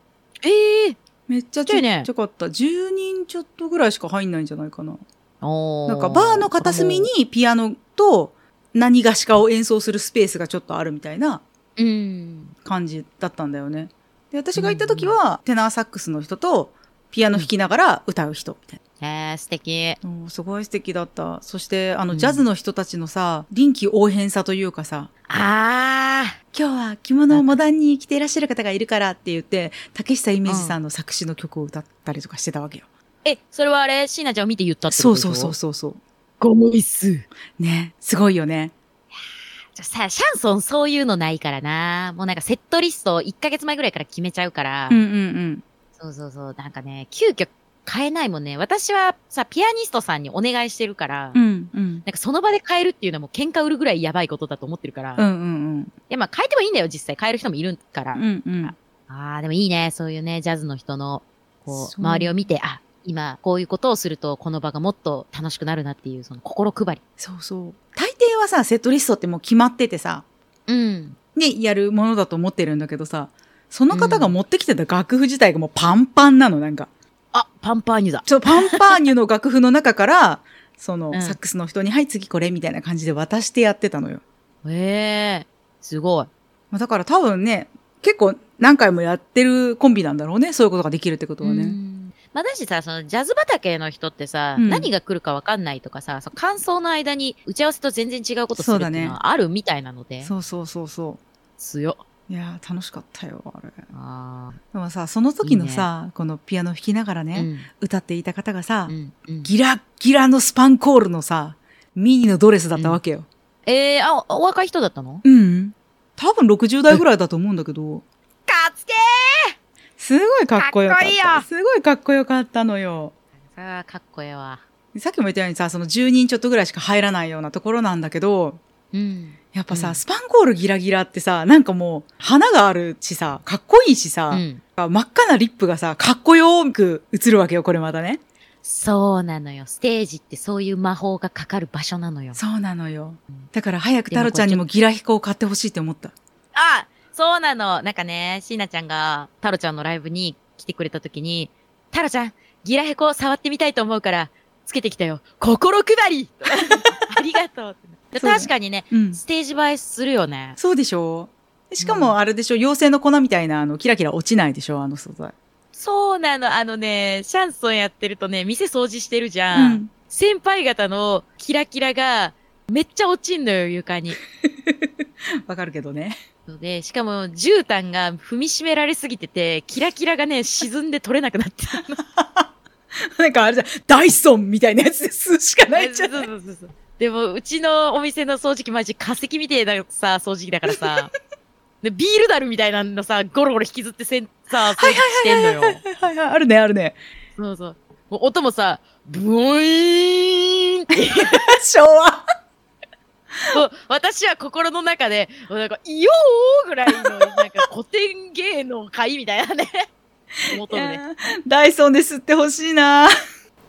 Speaker 2: ええ
Speaker 1: めっちゃちっちゃかった。10人ちょっとぐらいしか入んないんじゃないかな。
Speaker 2: お
Speaker 1: なんかバーの片隅、にピアノと何がしかを演奏するスペースがちょっとあるみたいな
Speaker 2: うん。
Speaker 1: 感じだったんだよね。で、私が行った時は、テナーサックスの人とピアノ弾きながら歌う人みたいな。
Speaker 2: えー、素敵。
Speaker 1: おーすごい素敵だった。そして、あの、
Speaker 2: うん
Speaker 1: ジャズの人たちのさ、臨機応変さというかさ、
Speaker 2: あ
Speaker 1: 今日は着物をモダンに着ていらっしゃる方がいるからって言って、竹下イメージさんの作詞の曲を歌ったりとかしてたわけよ。
Speaker 2: ー。え、それはあれ、シーナちゃんを見て言ったってこ
Speaker 1: そ
Speaker 2: と
Speaker 1: う
Speaker 2: でし
Speaker 1: そ
Speaker 2: ょ
Speaker 1: うそう。そうそう。
Speaker 2: ゴムイス。じ
Speaker 1: ね。すごいよね。
Speaker 2: ゃさ、シャンソンそういうのないからな。もうなんかセットリストを1ヶ月前ぐらいから決めちゃうから。
Speaker 1: うんうんうん。
Speaker 2: そうそうそう。なんかね、急遽変えないもんね。私はさ、ピアニストさんにお願いしてるから。
Speaker 1: うんうん。
Speaker 2: なんかその場で変えるっていうのはもう喧嘩売るぐらいやばいことだと思ってるから。
Speaker 1: う
Speaker 2: い
Speaker 1: んうん
Speaker 2: やまあ変えてもいいんだよ、実際。変える人もいるから。
Speaker 1: うん。うんうん。
Speaker 2: ああ、でもいいね。そういうね、ジャズの人の、こ
Speaker 1: そう
Speaker 2: う、周りを見て、あ、今、こういうことをすると、この場がもっと楽しくなるなっていう、その心配り。
Speaker 1: そうそう。大抵はさ、セットリストってもう決まっててさ、
Speaker 2: うん。
Speaker 1: で、やるものだと思ってるんだけどさ、その方が持ってきてた楽譜自体がもうパンパンなの、なんか。
Speaker 2: あ、パンパーニュだ。
Speaker 1: ちょ、パンパーニュの楽譜の中から、 その、
Speaker 2: うん
Speaker 1: サックスの人に、はい、次これ、みたいな感じで渡してやってたのよ。
Speaker 2: ええすごい。
Speaker 1: まあだから多分ね、結構何回もやってるコンビなんだろうね。そういうことができるってことは
Speaker 2: う
Speaker 1: ね。
Speaker 2: んまあ、だしさ、その、ジャズ畑の人ってさ、
Speaker 1: うん
Speaker 2: 何が来るかわかんないとかさ、その感想の間に打ち合わせと全然違うことす
Speaker 1: そ
Speaker 2: る
Speaker 1: う
Speaker 2: って
Speaker 1: だ
Speaker 2: い
Speaker 1: ね
Speaker 2: うのはあるみたいなので、
Speaker 1: そうそうそうそ
Speaker 2: 強っ。
Speaker 1: う。いやー、楽しかったよ、あれ。
Speaker 2: あ
Speaker 1: でもさ、その時のさ、このピアノ弾きながら
Speaker 2: あ、
Speaker 1: ね、
Speaker 2: うん、
Speaker 1: 歌っていた方がさ、
Speaker 2: うん、うん。
Speaker 1: ギラッギラのスパンコールのさ、ミニのドレスだったわけよ。
Speaker 2: ええあ、おお若い人だったの
Speaker 1: うん、多分60代ぐらいだと思うんだけど、
Speaker 2: かつけ
Speaker 1: すごいかっこよかった。
Speaker 2: かっこいいよ
Speaker 1: すごいかっこよかったのよ。
Speaker 2: さあ、かっこええわ。
Speaker 1: さっきも言ったようにさ、その10人ちょっとぐらいしか入らないようなところなんだけど、
Speaker 2: うん。
Speaker 1: やっぱさ、
Speaker 2: うん
Speaker 1: スパンコールギラギラってさ、なんかもう、花があるしさ、かっこいいしさ
Speaker 2: う、ん。
Speaker 1: 真っ赤なリップがさ、かっこよーく映るわけよ、これまたね。
Speaker 2: そうなのよ。ステージってそういう魔法がかかる場所なのよ。
Speaker 1: そうなのよ
Speaker 2: うん。
Speaker 1: だから早く太郎ちゃんにもギラヒコを買ってほしいって思った。
Speaker 2: あそうなの。なんかね、シーナちゃんが、タロちゃんのライブに来てくれた時に、タロちゃん、ギラヘコ触ってみたいと思うから、つけてきたよ。心配り ありが とうで
Speaker 1: そうだね
Speaker 2: 確かにね、
Speaker 1: うん。
Speaker 2: ステージ映えするよね。
Speaker 1: そうでしょしかもあれでしょ、妖精の粉みたいな、あの、キラキラ落ちないでしょ、あの素材。
Speaker 2: そうなの。あのね、シャンソンやってるとね、店掃除してるじゃん。
Speaker 1: うん
Speaker 2: 先輩方のキラキラが、めっちゃ落ちんのよ、床に。
Speaker 1: わかるけどね。
Speaker 2: ので、しかも、絨毯が踏みしめられすぎてて、キラキラがね、沈んで取れなくなってる。
Speaker 1: なんかあれじゃん、ダイソンみたいなやつでするし かない じゃん。
Speaker 2: そうそうそうそうでも、うちのお店の掃除機マジ化石みてえなさ、掃除機だか らさ。で、ビールダルみたいなのさ、ゴロゴロ引きずってせん、さ、掃除してんのよ。
Speaker 1: はいはい、あるね、あるね。
Speaker 2: そうそう。もう音もさ、ブオイーン って
Speaker 1: 昭和。
Speaker 2: もう私は心の中で、もうなんか、いよーぐらいの、なんか古典芸能会みたいなね。元のね。
Speaker 1: ダイソンで吸ってほしいな。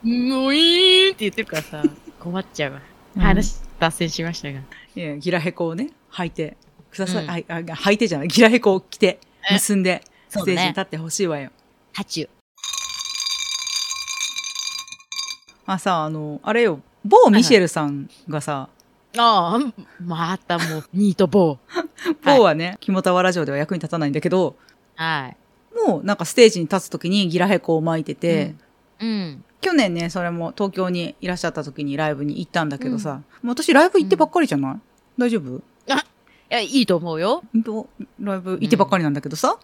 Speaker 2: もういいって言ってるからさ、困っちゃうわ。 話、脱線しましたが。
Speaker 1: いや、ギラヘコをね、履いてください。
Speaker 2: うん
Speaker 1: あいあ、履いてじゃない。ギラヘコを着て、
Speaker 2: え
Speaker 1: 結んで、
Speaker 2: そ
Speaker 1: ス
Speaker 2: うだ
Speaker 1: テー
Speaker 2: ね
Speaker 1: ジに立ってほしいわよ。
Speaker 2: ハチュウ。
Speaker 1: あ、さ、あの、あれよ、某ミシェルさんがさ、
Speaker 2: ああ、またもう、ニートボー。はい
Speaker 1: 某はね、キモタワラジオでは役に立たないんだけど、
Speaker 2: はい。
Speaker 1: もうなんかステージに立つときにギラヘコを巻いてて、
Speaker 2: うん。
Speaker 1: 去年ね、それも東京にいらっしゃった時にライブに行ったんだけどさ、もう私ライブ行ってばっかりじゃない、大丈夫
Speaker 2: いや、いいと思うよ。
Speaker 1: とライブ行ってばっかりなんだけどさ、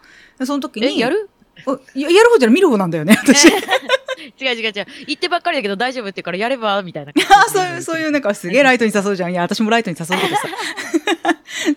Speaker 1: その時に
Speaker 2: え、やる
Speaker 1: あややる方じゃない見る方なんだよね私
Speaker 2: 違う違う違う。言ってばっかりだけど大丈夫って言うからやればみたいな
Speaker 1: あそういうそういうなんかすげえライトに誘うじゃんいや私もライトに誘うけ どさ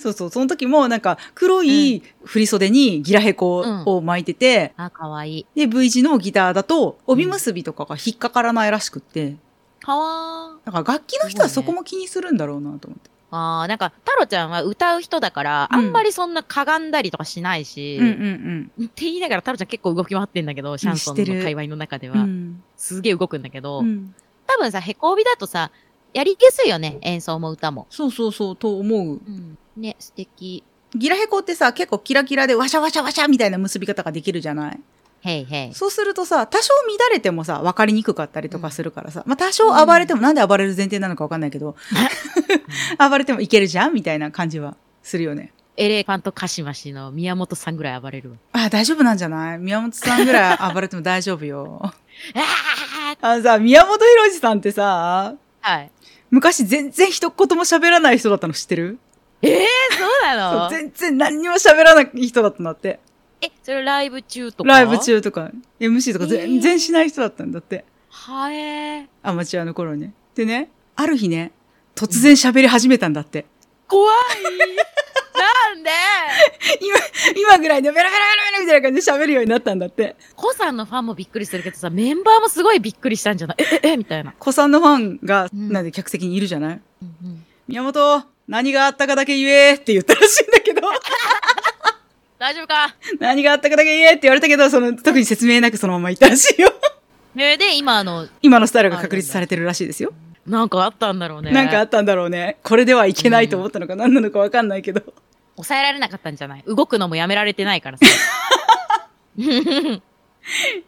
Speaker 1: そうそうその時もなんか黒い振り袖にギラヘコを巻いてて、
Speaker 2: あ、かわいい。
Speaker 1: で V 字のギターだと帯結びとかが引っかからないらしくって
Speaker 2: かわ
Speaker 1: だから楽器の人はそこも気にするんだろうなと思って、
Speaker 2: ーあーなんか、太郎ちゃんは歌う人だから、
Speaker 1: うん
Speaker 2: あんまりそんなかがんだりとかしないし、
Speaker 1: うんうん
Speaker 2: って言いながら太郎ちゃん結構動き回ってんだけど、シャンソン
Speaker 1: し
Speaker 2: の
Speaker 1: てる
Speaker 2: 界隈の中で
Speaker 1: うんう
Speaker 2: は。
Speaker 1: ん
Speaker 2: すげえ動くんだけど、
Speaker 1: うん
Speaker 2: 多分さ、へこ帯だとさ、やりやすいよね。演奏も歌も。
Speaker 1: そうそうそうと思う
Speaker 2: うん。ね、素敵。
Speaker 1: ギラヘコってさ結構キラキラでワシャワシャワシャみたいな結び方ができるじゃない
Speaker 2: へいへい。
Speaker 1: そうするとさ、多少乱れてもさ、分かりにくかったりとかするからさ、まあ多少暴れても、なんで暴れる前提なのか分かんないけど、 暴れてもいけるじゃんみたいな感じはするよね。
Speaker 2: エレファントカシマシの宮本さんぐらい暴れるわ。
Speaker 1: あ、大丈夫なんじゃない宮本さんぐらい暴れても大丈夫よ。
Speaker 2: あ
Speaker 1: あのさ、宮本浩次さんってさ、
Speaker 2: あはい。
Speaker 1: 昔全然一言も喋らない人だったの知ってる
Speaker 2: ええそう
Speaker 1: そ
Speaker 2: な
Speaker 1: う
Speaker 2: の
Speaker 1: 全然何にも喋らない人だったんだって。
Speaker 2: え、それライブ中とか
Speaker 1: ライブ中とか、MC とか全
Speaker 2: え
Speaker 1: 然
Speaker 2: ー
Speaker 1: しない人だったんだって。
Speaker 2: はえー。
Speaker 1: アマチュアの頃ね。でね、ある日ね、突然喋り始めたんだって。
Speaker 2: 怖い なんで
Speaker 1: 今ぐらいでベラベラベラベラみたいな感じで喋るようになったんだって。
Speaker 2: コさんのファンもびっくりするけどさ、メンバーもすごいびっくりしたんじゃないえ、え、え、みたいな。
Speaker 1: 子さんのファンが、
Speaker 2: うん
Speaker 1: なんで客席にいるじゃない
Speaker 2: うんうん
Speaker 1: 宮本、何があったかだけ言えって言ったらしいんだけ ど、
Speaker 2: 大丈夫か
Speaker 1: 何があったかだけ言えって言われたけど、その、特に説明なくそのまま言ったらしいよ。
Speaker 2: えー、で、今あの、
Speaker 1: 今のスタイルが確立されてるらしいですよ。
Speaker 2: なんかあったんだろうね。
Speaker 1: なんかあったんだろうね。これではいけないと思ったのか何なのかわかんないけど。
Speaker 2: 抑えられなかったんじゃない動くのもやめられてな いからさ。
Speaker 1: い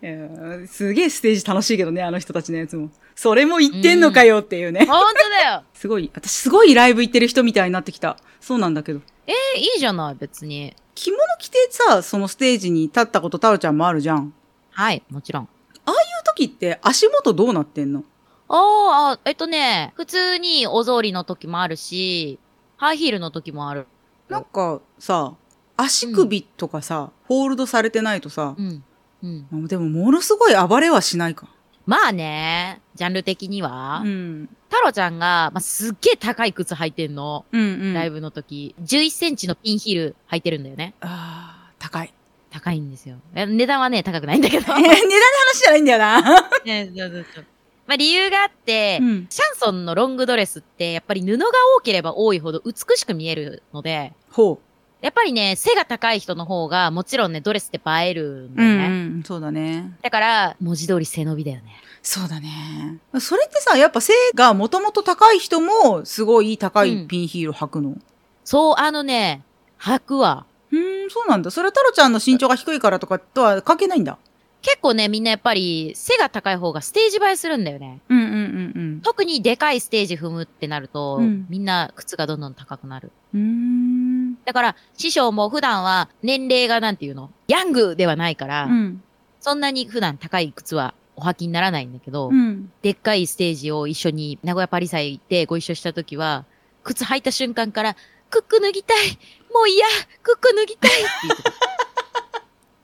Speaker 1: やーすげえステージ楽しいけどね、あの人たちのやつも。それも言ってんのかよっていうね。
Speaker 2: ほんとだよ
Speaker 1: すごい、私すごいライブ行ってる人みたいになってきた。そうなんだけど。
Speaker 2: えー、いいじゃない、別に。
Speaker 1: 着物着てさ、そのステージに立ったこと太郎ちゃんもあるじゃん。
Speaker 2: はい、もちろん。
Speaker 1: そういう時って足元どうなってんの
Speaker 2: あーあ、えっとね、普通にお草履の時もあるし、ハイヒールの時もある。
Speaker 1: なんかさ、足首とかさ、ホールドされてないとさ
Speaker 2: う、ん。うん。
Speaker 1: でもものすごい暴れはしないか。
Speaker 2: まあね、ジャンル的には
Speaker 1: う。ん。
Speaker 2: 太郎ちゃんが、まあ、すっげえ高い靴履いてんの。
Speaker 1: うんうん。
Speaker 2: ライブの時、11センチのピンヒール履いてるんだよね。
Speaker 1: ああ、高い。
Speaker 2: 高いんですよ。え値段は ね、高くないんだけど。
Speaker 1: え値段の話じゃないんだよな。
Speaker 2: ねそうそうそうまあ理由があって、
Speaker 1: うん。
Speaker 2: シャンソンのロングドレスって、やっぱり布が多ければ多いほど美しく見えるので、
Speaker 1: ほ
Speaker 2: やっぱりね、背が高い人の方が、もちろんね、ドレスって映えるん
Speaker 1: う。
Speaker 2: だよね。
Speaker 1: ん、そうだね。
Speaker 2: だから、文字通り背伸びだよね。
Speaker 1: そうだね。それってさ、やっぱ背がもともと高い人も、すごい高いピンヒール履くの。
Speaker 2: そう、あのね、履くわ。
Speaker 1: うーん、そうなんだ。それは太郎ちゃんの身長が低いからとかとは関係ないんだ。
Speaker 2: 結構ね、みんなやっぱり、背が高い方がステージ映えするんだよね。
Speaker 1: うんうんうん
Speaker 2: 特にでかいステージ踏むってなると、
Speaker 1: うん
Speaker 2: みんな靴がどんどん高くなる。
Speaker 1: うん。
Speaker 2: だから、師匠も普段は年齢がなんていうのヤングではないから、
Speaker 1: うーん。うん。
Speaker 2: そんなに普段高い靴はお履きにならないんだけど、
Speaker 1: うん。
Speaker 2: でっかいステージを一緒に名古屋パリ祭でご一緒した時は、靴履いた瞬間から、クック脱ぎたいもう嫌クック脱ぎたいって 言って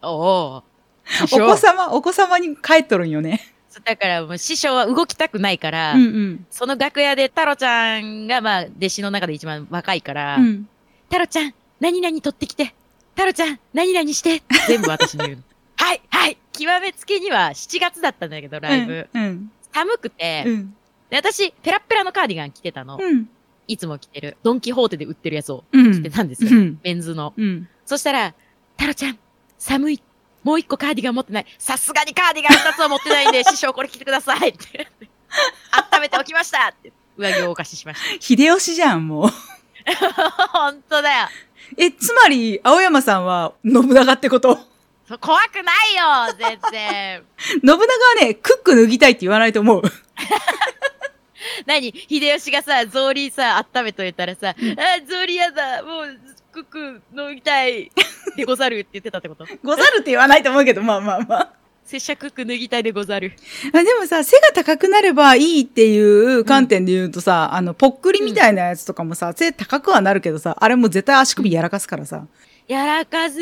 Speaker 2: た。おお。師
Speaker 1: お
Speaker 2: 匠
Speaker 1: 子様、お子様に帰っとるんよね。
Speaker 2: だからもう師匠は動きたくないから、
Speaker 1: うん
Speaker 2: その楽屋で太郎ちゃんがまあ弟子の中で一番若いから、
Speaker 1: うん。
Speaker 2: タロちゃん、何々取ってきて。タロちゃん、何 々して。全部私の言うの。はい、はい。極めつけには7月だったんだけど、ライブ。
Speaker 1: うん。
Speaker 2: 寒くて、
Speaker 1: うん。
Speaker 2: で私、ペラッペラのカーディガン着てたの。
Speaker 1: うん。
Speaker 2: いつも着てる。ドンキホーテで売ってるやつを
Speaker 1: うん
Speaker 2: 着てたんです
Speaker 1: う
Speaker 2: よ。
Speaker 1: ん。
Speaker 2: メンズの。
Speaker 1: うん。
Speaker 2: そしたら、タロちゃん、寒い。もう一個カーディガン持ってない。さすがにカーディガン二つは持って ないんで、師匠これ着てくださいって。温めておきましたって。上着をお貸ししまし
Speaker 1: 秀吉じゃん、もう。
Speaker 2: た。 本当だよ。
Speaker 1: え、つまり、青山さんは、信長ってこと。
Speaker 2: そう怖くないよ、全然。
Speaker 1: 信長はね、クック脱ぎたいって言わないと思う。
Speaker 2: 何秀吉がさ、草履さ、温めといたらさ、あー、草履やだ、もう、クッ ク飲みたい、でござるって言ってたってこと
Speaker 1: ござるって言わないと思うけど、まあまあまあ。
Speaker 2: 拙者くく脱ぎたいでござる。
Speaker 1: あでもさ、背が高くなればいいっていう観点で言うとさ、あの、ぽっくりみたいなやつとかもさ、背高くはなるけどさ、あれもう絶対足首やらかすからさ。
Speaker 2: やらかず、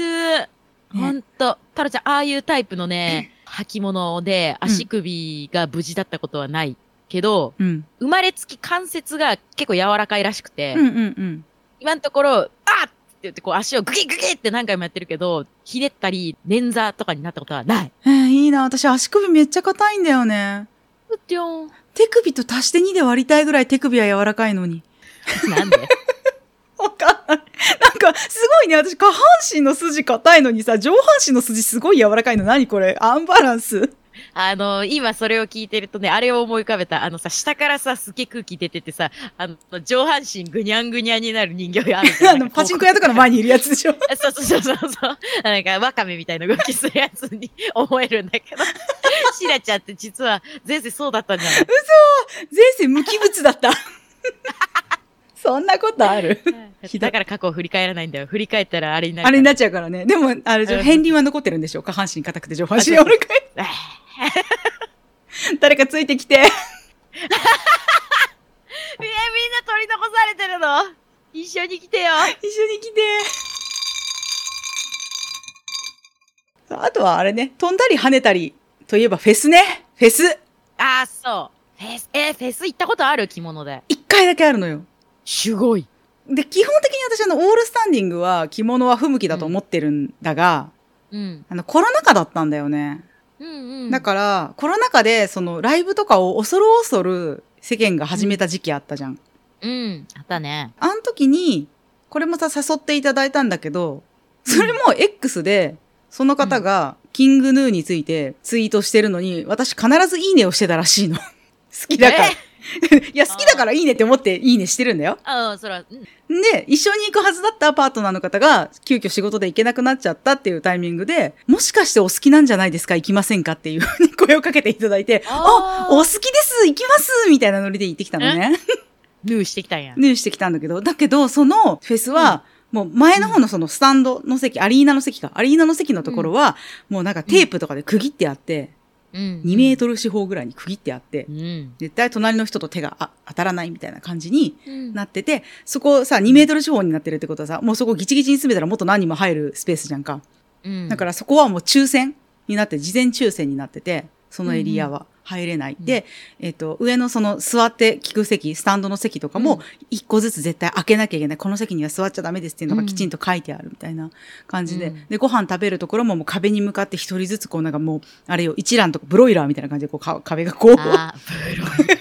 Speaker 2: ほんと、タロちゃん、ああいうタイプのね、履物で足首が無事だったことはないけど、
Speaker 1: うん。
Speaker 2: 生まれつき関節が結構柔らかいらしくて、
Speaker 1: うんうんうん。
Speaker 2: 今のところ、あっって言ってこう足をグキグキって何回もやってるけど、ひねったり、捻挫とかになったことはない。
Speaker 1: えーいいな。私足首めっちゃ硬いんだよね。
Speaker 2: うっ ぴょん。
Speaker 1: 手首と足して2で割りたいぐらい手首は柔らかいのに。
Speaker 2: なんで
Speaker 1: わかんない。なんか、すごいね。私、下半身の筋硬いのにさ、上半身の筋すごい柔らかいの。何これアンバランス。
Speaker 2: あの、今それを聞いてるとね、あれを思い浮かべた。あのさ、下からさ、すげえ空気出ててさ、あの、上半身ぐにゃんぐにゃんになる人形があるじ ゃ
Speaker 1: あ
Speaker 2: ん。
Speaker 1: の、パチンコ屋とかの前にいるやつでしょ。
Speaker 2: そうそうそうそうそう。なんか、ワカメみたいな動きするやつに思えるんだけど。 シラちゃんって実は前世そうだったんじゃない
Speaker 1: 前世無機物だった。 そんなことあるひどい
Speaker 2: だから過去を振り返らないんだよ。振り返ったらあれにな る。
Speaker 1: あれになっちゃうからね。でも、あれじゃ、
Speaker 2: うん
Speaker 1: 片鱗は残ってるんでしょ下半身硬くて上半身柔らかい。
Speaker 2: あ
Speaker 1: 誰かついてきて。
Speaker 2: え、みんな取り残されてるの一緒に来てよ。
Speaker 1: 一緒に来て。あとはあれね、飛んだり跳ねたりといえばフェスね。フェス。
Speaker 2: ああ、そう。フェス、えーフェス行ったことある着物で。
Speaker 1: 一回だけあるのよ。
Speaker 2: すごい。
Speaker 1: で、基本的に私あの、オールスタンディングは着物は不向きだと思ってるんだが、
Speaker 2: うん。
Speaker 1: あの、コロナ禍だったんだよね。
Speaker 2: うんうん。
Speaker 1: だから、コロナ禍でその、ライブとかを恐る恐る世間が始めた時期あったじゃん。
Speaker 2: うん。あったね。
Speaker 1: あの時に、これもさ、誘っていただいたんだけど、それも X で、その方が、キングヌーについてツイートしてるのに、私必ずいいねをしてたら しいの。好きだから。
Speaker 2: え
Speaker 1: いや、好きだからいいねって思っていいねしてるんだよ。
Speaker 2: ああ、そら、うん。
Speaker 1: で、一緒に行くはずだったパートナーの方が、急遽仕事で行けなくなっちゃったっていうタイミングで、もしかしてお好きなんじゃないですか行きませんかっていうふうに声をかけていただいて、あ
Speaker 2: あー
Speaker 1: お好きです行きますみたいなノリで行ってきたのね。
Speaker 2: ヌーしてきたんや。
Speaker 1: 入手してきたんだけど、だけど、そのフェスは、もう前の方のそのスタンドの席、アリーナの席か、アリーナの席のところは、もうなんかテープとかで区切ってあって、
Speaker 2: うん。
Speaker 1: 2メートル四方ぐらいに区切ってあって
Speaker 2: う、ん。
Speaker 1: 絶対隣の人と手があ当たらないみたいな感じに
Speaker 2: うん。
Speaker 1: なってて、そこさ、2メートル四方になってるってことはさ、もうそこギチギチに詰めたらもっと何人も入るスペースじゃんか。
Speaker 2: うん。
Speaker 1: だからそこはもう抽選になって、事前抽選になってて、そのエリアは入れない。
Speaker 2: うん
Speaker 1: で、えっ、と、上のその座って聞く席、スタンドの席とかも
Speaker 2: うん、
Speaker 1: 一個ずつ絶対開けなきゃいけない。この席には座っちゃダメですっていうのが
Speaker 2: うん
Speaker 1: きちんと書いてあるみたいな感じで。
Speaker 2: うん
Speaker 1: で、ご飯食べるところももう壁に向かって一人ずつこうなんかもう、あれよ、一覧とかブロイラーみたいな感じでこうか壁がこう
Speaker 2: あーブロー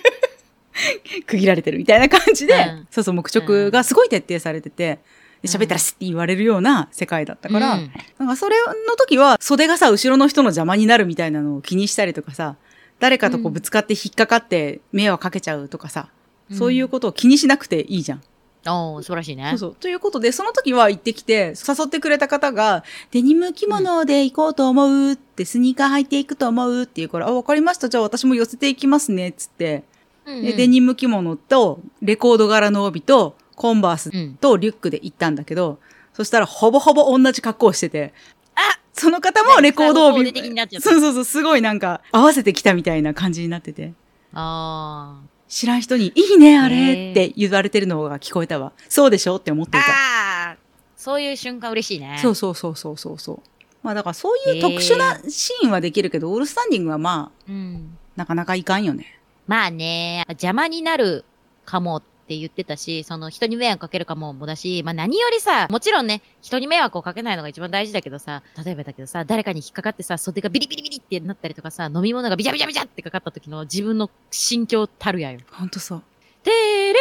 Speaker 1: 区切られてるみたいな感じで、
Speaker 2: うん
Speaker 1: そうそう、目測がすごい徹底されてて、で喋ったらスッて言われるような世界だったから、
Speaker 2: うん
Speaker 1: なんかそれの時は袖がさ、後ろの人の邪魔になるみたいなのを気にしたりとかさ、誰かとこう
Speaker 2: うん
Speaker 1: ぶつかって引っかかって迷惑かけちゃうとかさ、 そういうことを気にしなくていいじゃん。
Speaker 2: おー、素晴らしいね。
Speaker 1: そうそう。ということで、その時は行ってきて、誘ってくれた方が、デニム着物で行こうと思うって、スニーカー履いていくと思うっていうから、あ、わかりました。じゃあ私も寄せていきますね、つって。
Speaker 2: うんうん
Speaker 1: で、デニム着物と、レコード柄の帯と、コンバース
Speaker 2: うん。
Speaker 1: とリュックで行ったんだけど、そしたらほぼほぼ同じ格好をしてて、
Speaker 2: あ
Speaker 1: その方もレコード
Speaker 2: なんか
Speaker 1: 帯、
Speaker 2: 総合的になっちゃった
Speaker 1: そうそうそう、すごいなんか合わせてきたみたいな感じになってて、
Speaker 2: あー。
Speaker 1: 知らん人に、いいね、あ
Speaker 2: へ
Speaker 1: れ
Speaker 2: ー
Speaker 1: って言われてるのが聞こえたわ。そうでしょって思っていた。
Speaker 2: ああそういう瞬間嬉しいね。
Speaker 1: そうそうそうそうそうそう。まあだからそういう特殊なシーンはできるけど、オールスタンディングはまあ、
Speaker 2: うん。
Speaker 1: なかなかいかんよね。
Speaker 2: まあね、邪魔になるかもって言ってたし、その人に迷惑かけるかももだし、まあ何よりさ、もちろんね、人に迷惑をかけないのが一番大事だけどさ、例えばだけどさ、誰かに引っかかってさ、袖がビリビリビリってなったりとかさ、飲み物がビチャビチャビチャってかかった時の自分の心境たるやよ。
Speaker 1: ほんとそう。
Speaker 2: てーれーれーれ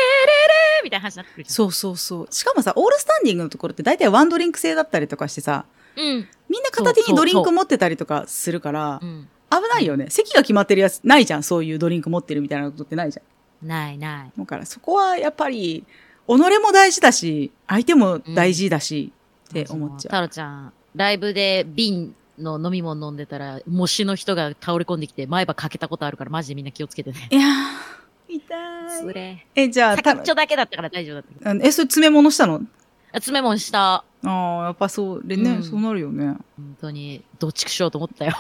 Speaker 2: ーみたいな話になってくるじ
Speaker 1: そうそうそう。しかもさ、オールスタンディングのところって大体ワンドリンク制だったりとかしてさ、
Speaker 2: ゃん。うん。
Speaker 1: みんな片手
Speaker 2: そうそ
Speaker 1: に
Speaker 2: う
Speaker 1: ドリンク持ってたりとかするから
Speaker 2: う、ん。
Speaker 1: 危ないよね。席が決まってるやつないじゃん。そういうドリンク持ってるみたいなことってないじゃ
Speaker 2: ないない。
Speaker 1: ん。だからそこはやっぱり、己も大事だし、相手も大事だし、って思っちゃう。
Speaker 2: タロちゃん、ライブで瓶の飲み物飲んでたら、模試の人が倒れ込んできて、前歯かけたことあるから、マジでみんな気をつけて ね。
Speaker 1: いやー、
Speaker 2: つ
Speaker 1: 痛い。
Speaker 2: れ。
Speaker 1: え、じゃあ、
Speaker 2: 先
Speaker 1: た
Speaker 2: っちょだけだったから大丈夫だったけど。
Speaker 1: あのえ、それ詰め物したの
Speaker 2: 爪もんした。
Speaker 1: ああ、やっぱそうでね、
Speaker 2: うん
Speaker 1: そうなるよね。
Speaker 2: 本当に、どっちくしようと思ったよ。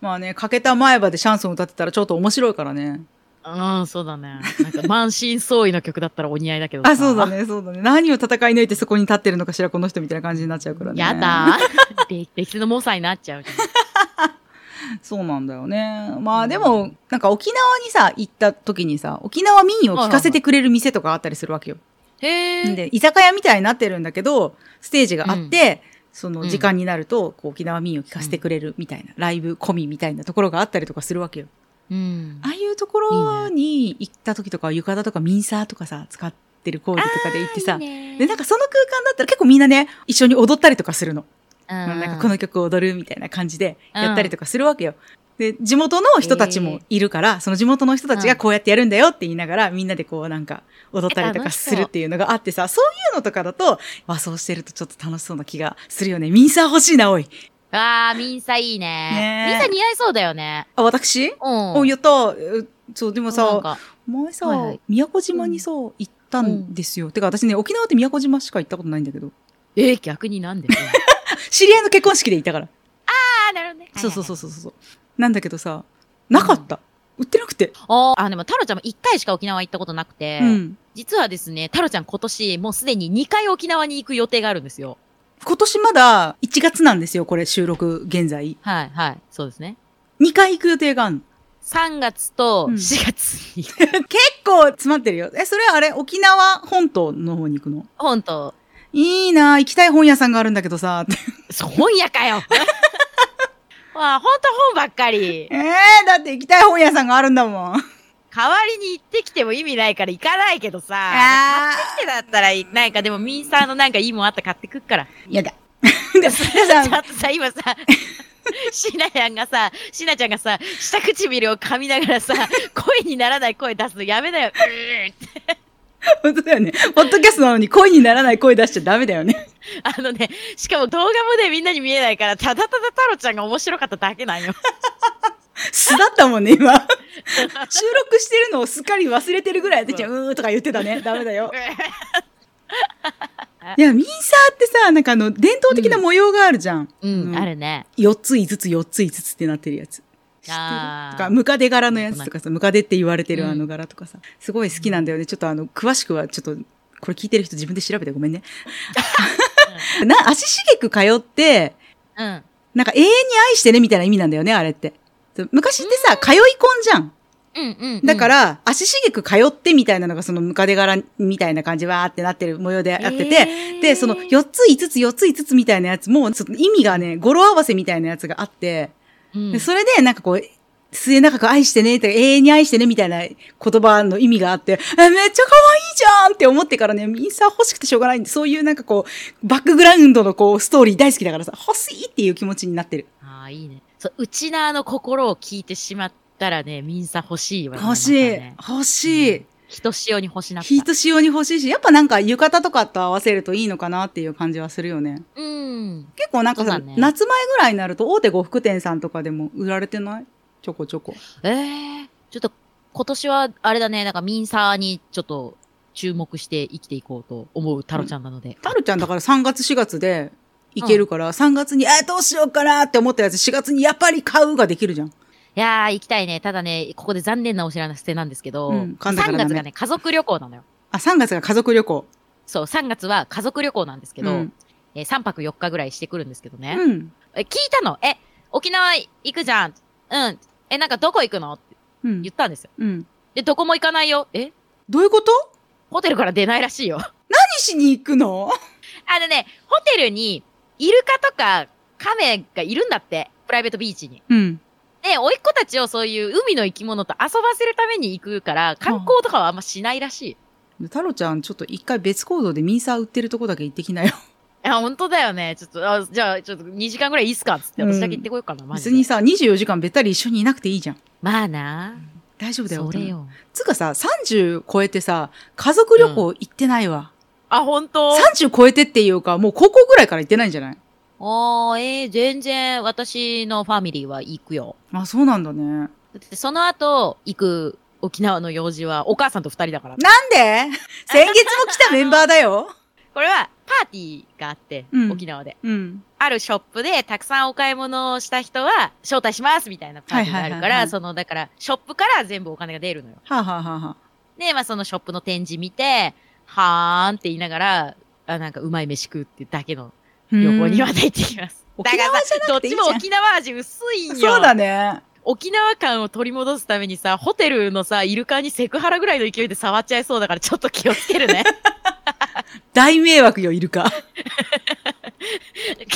Speaker 1: まあね、欠けた前歯でシャンソン歌ってたらちょっと面白いからね。
Speaker 2: うん、そうだね。なんか、満身創痍の曲だったらお似合いだけどさ
Speaker 1: あ、そうだ。ね、そうだね。何を戦い抜いてそこに立ってるのかしら、この人みたいな感じになっちゃうからね。
Speaker 2: や。だ。 で歴史の猛者になっちゃうじゃん。
Speaker 1: そうなんだよね。まあでも、なんか沖縄にさ、行った時にさ、沖縄民謡を聞かせてくれる店とかあったりするわけよ。
Speaker 2: へえ。
Speaker 1: で、居酒屋みたいになってるんだけど、ステージがあって、その時間になると、こう沖縄民謡を聞かせてくれるみたいな、ライブ込みみたいなところがあったりとかするわけよ。
Speaker 2: うん
Speaker 1: あ。あいうところに行った時とか、浴衣とかミンサーとかさ、使ってるコーデとかで行ってさ、で、なんかその空間だったら結構みんなね、一緒に踊ったりとかするの。なんかこ
Speaker 2: の、
Speaker 1: の曲を踊るみたいな感じでやったりとかするわけよ。で、地元の人たちもいるから、その地元の人たちがこうやってやるんだよって言いながら、みんなでこうなんか踊ったりとかするっていうのがあってさ、そういうのとかだと、和装してるとちょっと楽しそうな気がするよね。ミンサー欲しいな、おい。
Speaker 2: わあ、ミンサいい
Speaker 1: ね
Speaker 2: ね。
Speaker 1: え
Speaker 2: ミンサ似合いそうだよね。
Speaker 1: あ、私
Speaker 2: うん。
Speaker 1: お、やった。えそう、でも
Speaker 2: なん
Speaker 1: さ、
Speaker 2: か
Speaker 1: 前さ、
Speaker 2: はいはい
Speaker 1: 宮古島にさ、行ったんですよ。てか私ね、沖縄って宮古島しか行ったことないんだけど、
Speaker 2: え、逆になんで
Speaker 1: 知り合いの結婚式で行ったから。
Speaker 2: ああ、なるほどね。。
Speaker 1: そうそうそううそうそう。なんだけどさ、なかった。売ってなくて。
Speaker 2: あーあ、でも、タロちゃんも1回しか沖縄行ったことなくて、
Speaker 1: うん。
Speaker 2: 実はですね、タロちゃん今年、もうすでに2回沖縄に行く予定があるんですよ。
Speaker 1: 今年まだ1月なんですよ、これ収録現在。
Speaker 2: はい、はい。そうですね。
Speaker 1: 2回行く予定がある の。
Speaker 2: 3月と
Speaker 1: うん
Speaker 2: 4月に、
Speaker 1: 結構詰まってるよ。え、それあれ沖縄本島の方に行くの
Speaker 2: 本当、
Speaker 1: いいなぁ行きたい本屋さんがあるんだけど さ。
Speaker 2: そう本屋かよ わあ、本当本ばっかり
Speaker 1: え。えだって行きたい本屋さんがあるんだもん。
Speaker 2: 代わりに行ってきても意味ないから行かないけどさ。
Speaker 1: あ
Speaker 2: 買ってきてだったらいい、なんかでもミンさんのなんかいいもんあったら買ってくっから。
Speaker 1: ー。やだ。 でそれ さ
Speaker 2: ちょっとさ、今さ、 しなやんがさ、しなちゃんがさ、下唇を噛みながらさ、声にならない声出すのやめなよ。 うーん
Speaker 1: 本当だよね。ポッドキャストなのに声にならない声出しちゃダメだよ ね。
Speaker 2: あのね、しかも動画もね、みんなに見えないから、ただただ太郎ちゃんが面白かっただけなんよ。
Speaker 1: 素だったもんね、 今。収録してるのをすっかり忘れてるぐらいやってちゃう。うーとか言ってたね。ダメだよ。いや、ミンサーってさ、なんかあの、伝統的な模様があるじゃん。
Speaker 2: うん、
Speaker 1: うん
Speaker 2: あるね。
Speaker 1: 四つ5つ4つ5つってなってるやつ。知ってる
Speaker 2: あー
Speaker 1: とか、ムカデ柄のやつとかさ、ムカデって言われてるあの柄とかさ、すごい好きなんだよね。ちょっとあの、詳しくはちょっと、これ聞いてる人自分で調べてごめん ね。な、足しげく通って、
Speaker 2: うん。
Speaker 1: なんか永遠に愛してねみたいな意味なんだよね、あれって。昔ってさ、通い婚じゃん。
Speaker 2: うんうん、
Speaker 1: だか、ら、足しげく通ってみたいなのがそのムカデ柄みたいな感じ、わーってなってる模様でやってて、
Speaker 2: えー
Speaker 1: で、その4つ5つ4つ5つみたいなやつも、ちょっと意味がね、語呂合わせみたいなやつがあって、
Speaker 2: うん
Speaker 1: でそれでなんかこう、末永く愛してね、とか永遠に愛してねみたいな言葉の意味があって、あめっちゃ可愛いじゃんって思ってからね、ミンサー欲しくてしょうがないんで、そういうなんかこう、バックグラウンドのこう、ストーリー大好きだからさ、欲しいっていう気持ちになってる。
Speaker 2: ああ、いいね。そう、うちなの心を聞いてしまったらね、ミンサ欲しいわ、ね。
Speaker 1: 欲しい
Speaker 2: またね。
Speaker 1: 欲しい。
Speaker 2: うんひとしおに欲しなった。
Speaker 1: ヒート仕様に欲しいし、やっぱなんか浴衣とかと合わせるといいのかなっていう感じはするよね。
Speaker 2: うん。
Speaker 1: 結構なんか
Speaker 2: そ
Speaker 1: さ、
Speaker 2: うだね
Speaker 1: 夏前ぐらいになると大手呉服店さんとかでも売られてないちょこちょこ。
Speaker 2: ええちょっと、今年は、あれだね、なんかミンサーにちょっと注目して生きていこうと思うタロちゃんなので。
Speaker 1: タルちゃんだから3月4月で行けるから、3月に、え、どうしようかなって思ったやつ4月にやっぱり買うができるじゃん。
Speaker 2: いやー、行きたいね。ただね、ここで残念なお知らせなんですけど、
Speaker 1: うん噛ん
Speaker 2: 3
Speaker 1: だからダメ
Speaker 2: 月がね、家族旅行なのよ。
Speaker 1: あ、3月が家族旅行。
Speaker 2: そう、3月は家族旅行なんですけど、
Speaker 1: うん
Speaker 2: えー3泊4日ぐらいしてくるんですけどね。
Speaker 1: うん。
Speaker 2: え、聞いたのえ、沖縄行くじゃんうん。え、なんかどこ行くのって
Speaker 1: うん
Speaker 2: 言。ったんですよ。
Speaker 1: うん。
Speaker 2: で、どこも行かないよ。え
Speaker 1: どういうこと
Speaker 2: ホテルから出ないらしいよ。
Speaker 1: 何しに行くの
Speaker 2: あのね、ホテルに、イルカとかカメがいるんだって。プライベートビーチに。
Speaker 1: うん。
Speaker 2: で、甥っ子たちをそういう海の生き物と遊ばせるために行くから、観光とかはあんましないらしい。
Speaker 1: タロちゃん、ちょっと一回別行動でミンサー売ってるとこだけ行ってきなよ。
Speaker 2: いや、本当だよね。ちょっと、あじゃあ、ちょっと2時間ぐらいいいっすかっつって、
Speaker 1: うん
Speaker 2: 私だけ行ってこようかな、マジ
Speaker 1: 別
Speaker 2: で。
Speaker 1: にさ、24時間べったり一緒にいなくていいじゃん。
Speaker 2: まあな。
Speaker 1: 大丈夫だよ。
Speaker 2: それよ。
Speaker 1: つうかさ、30超えてさ、家族旅行行ってないわ。
Speaker 2: あ、本当
Speaker 1: 30超えてっていうか、もう高校ぐらいから行ってないんじゃない
Speaker 2: おー、えー、全然、私のファミリーは行くよ。
Speaker 1: あ、そうなんだね。なん
Speaker 2: だって、その後、行く沖縄の 用事は、お母さんと二人だから。
Speaker 1: で先月も来たメンバーだよ。
Speaker 2: これは、パーティーがあって、
Speaker 1: うん
Speaker 2: 沖縄で。
Speaker 1: うん。
Speaker 2: あるショップでたくさんお買い物をした人は招待しますみたいなパーティーがある
Speaker 1: は
Speaker 2: か
Speaker 1: いはいはいは
Speaker 2: ら、
Speaker 1: い
Speaker 2: その、だから、ショップから全部お金が出るのよ。
Speaker 1: はあ、はあはあは
Speaker 2: で、まあそのショップの展示見て、はーんって言いながら、あなんかうまい飯食うってだけの
Speaker 1: あ、
Speaker 2: 旅行には
Speaker 1: うん
Speaker 2: 出てき ます。
Speaker 1: 沖縄
Speaker 2: さ、どって
Speaker 1: い
Speaker 2: ち
Speaker 1: いじゃん
Speaker 2: も沖縄味薄いんよ。
Speaker 1: そうだね。
Speaker 2: 沖縄感を取り戻すためにさ、ホテルのさ、イルカにセクハラぐらいの勢いで触っちゃいそうだからちょっと気をつけるね。
Speaker 1: 大迷惑よ、イルカ。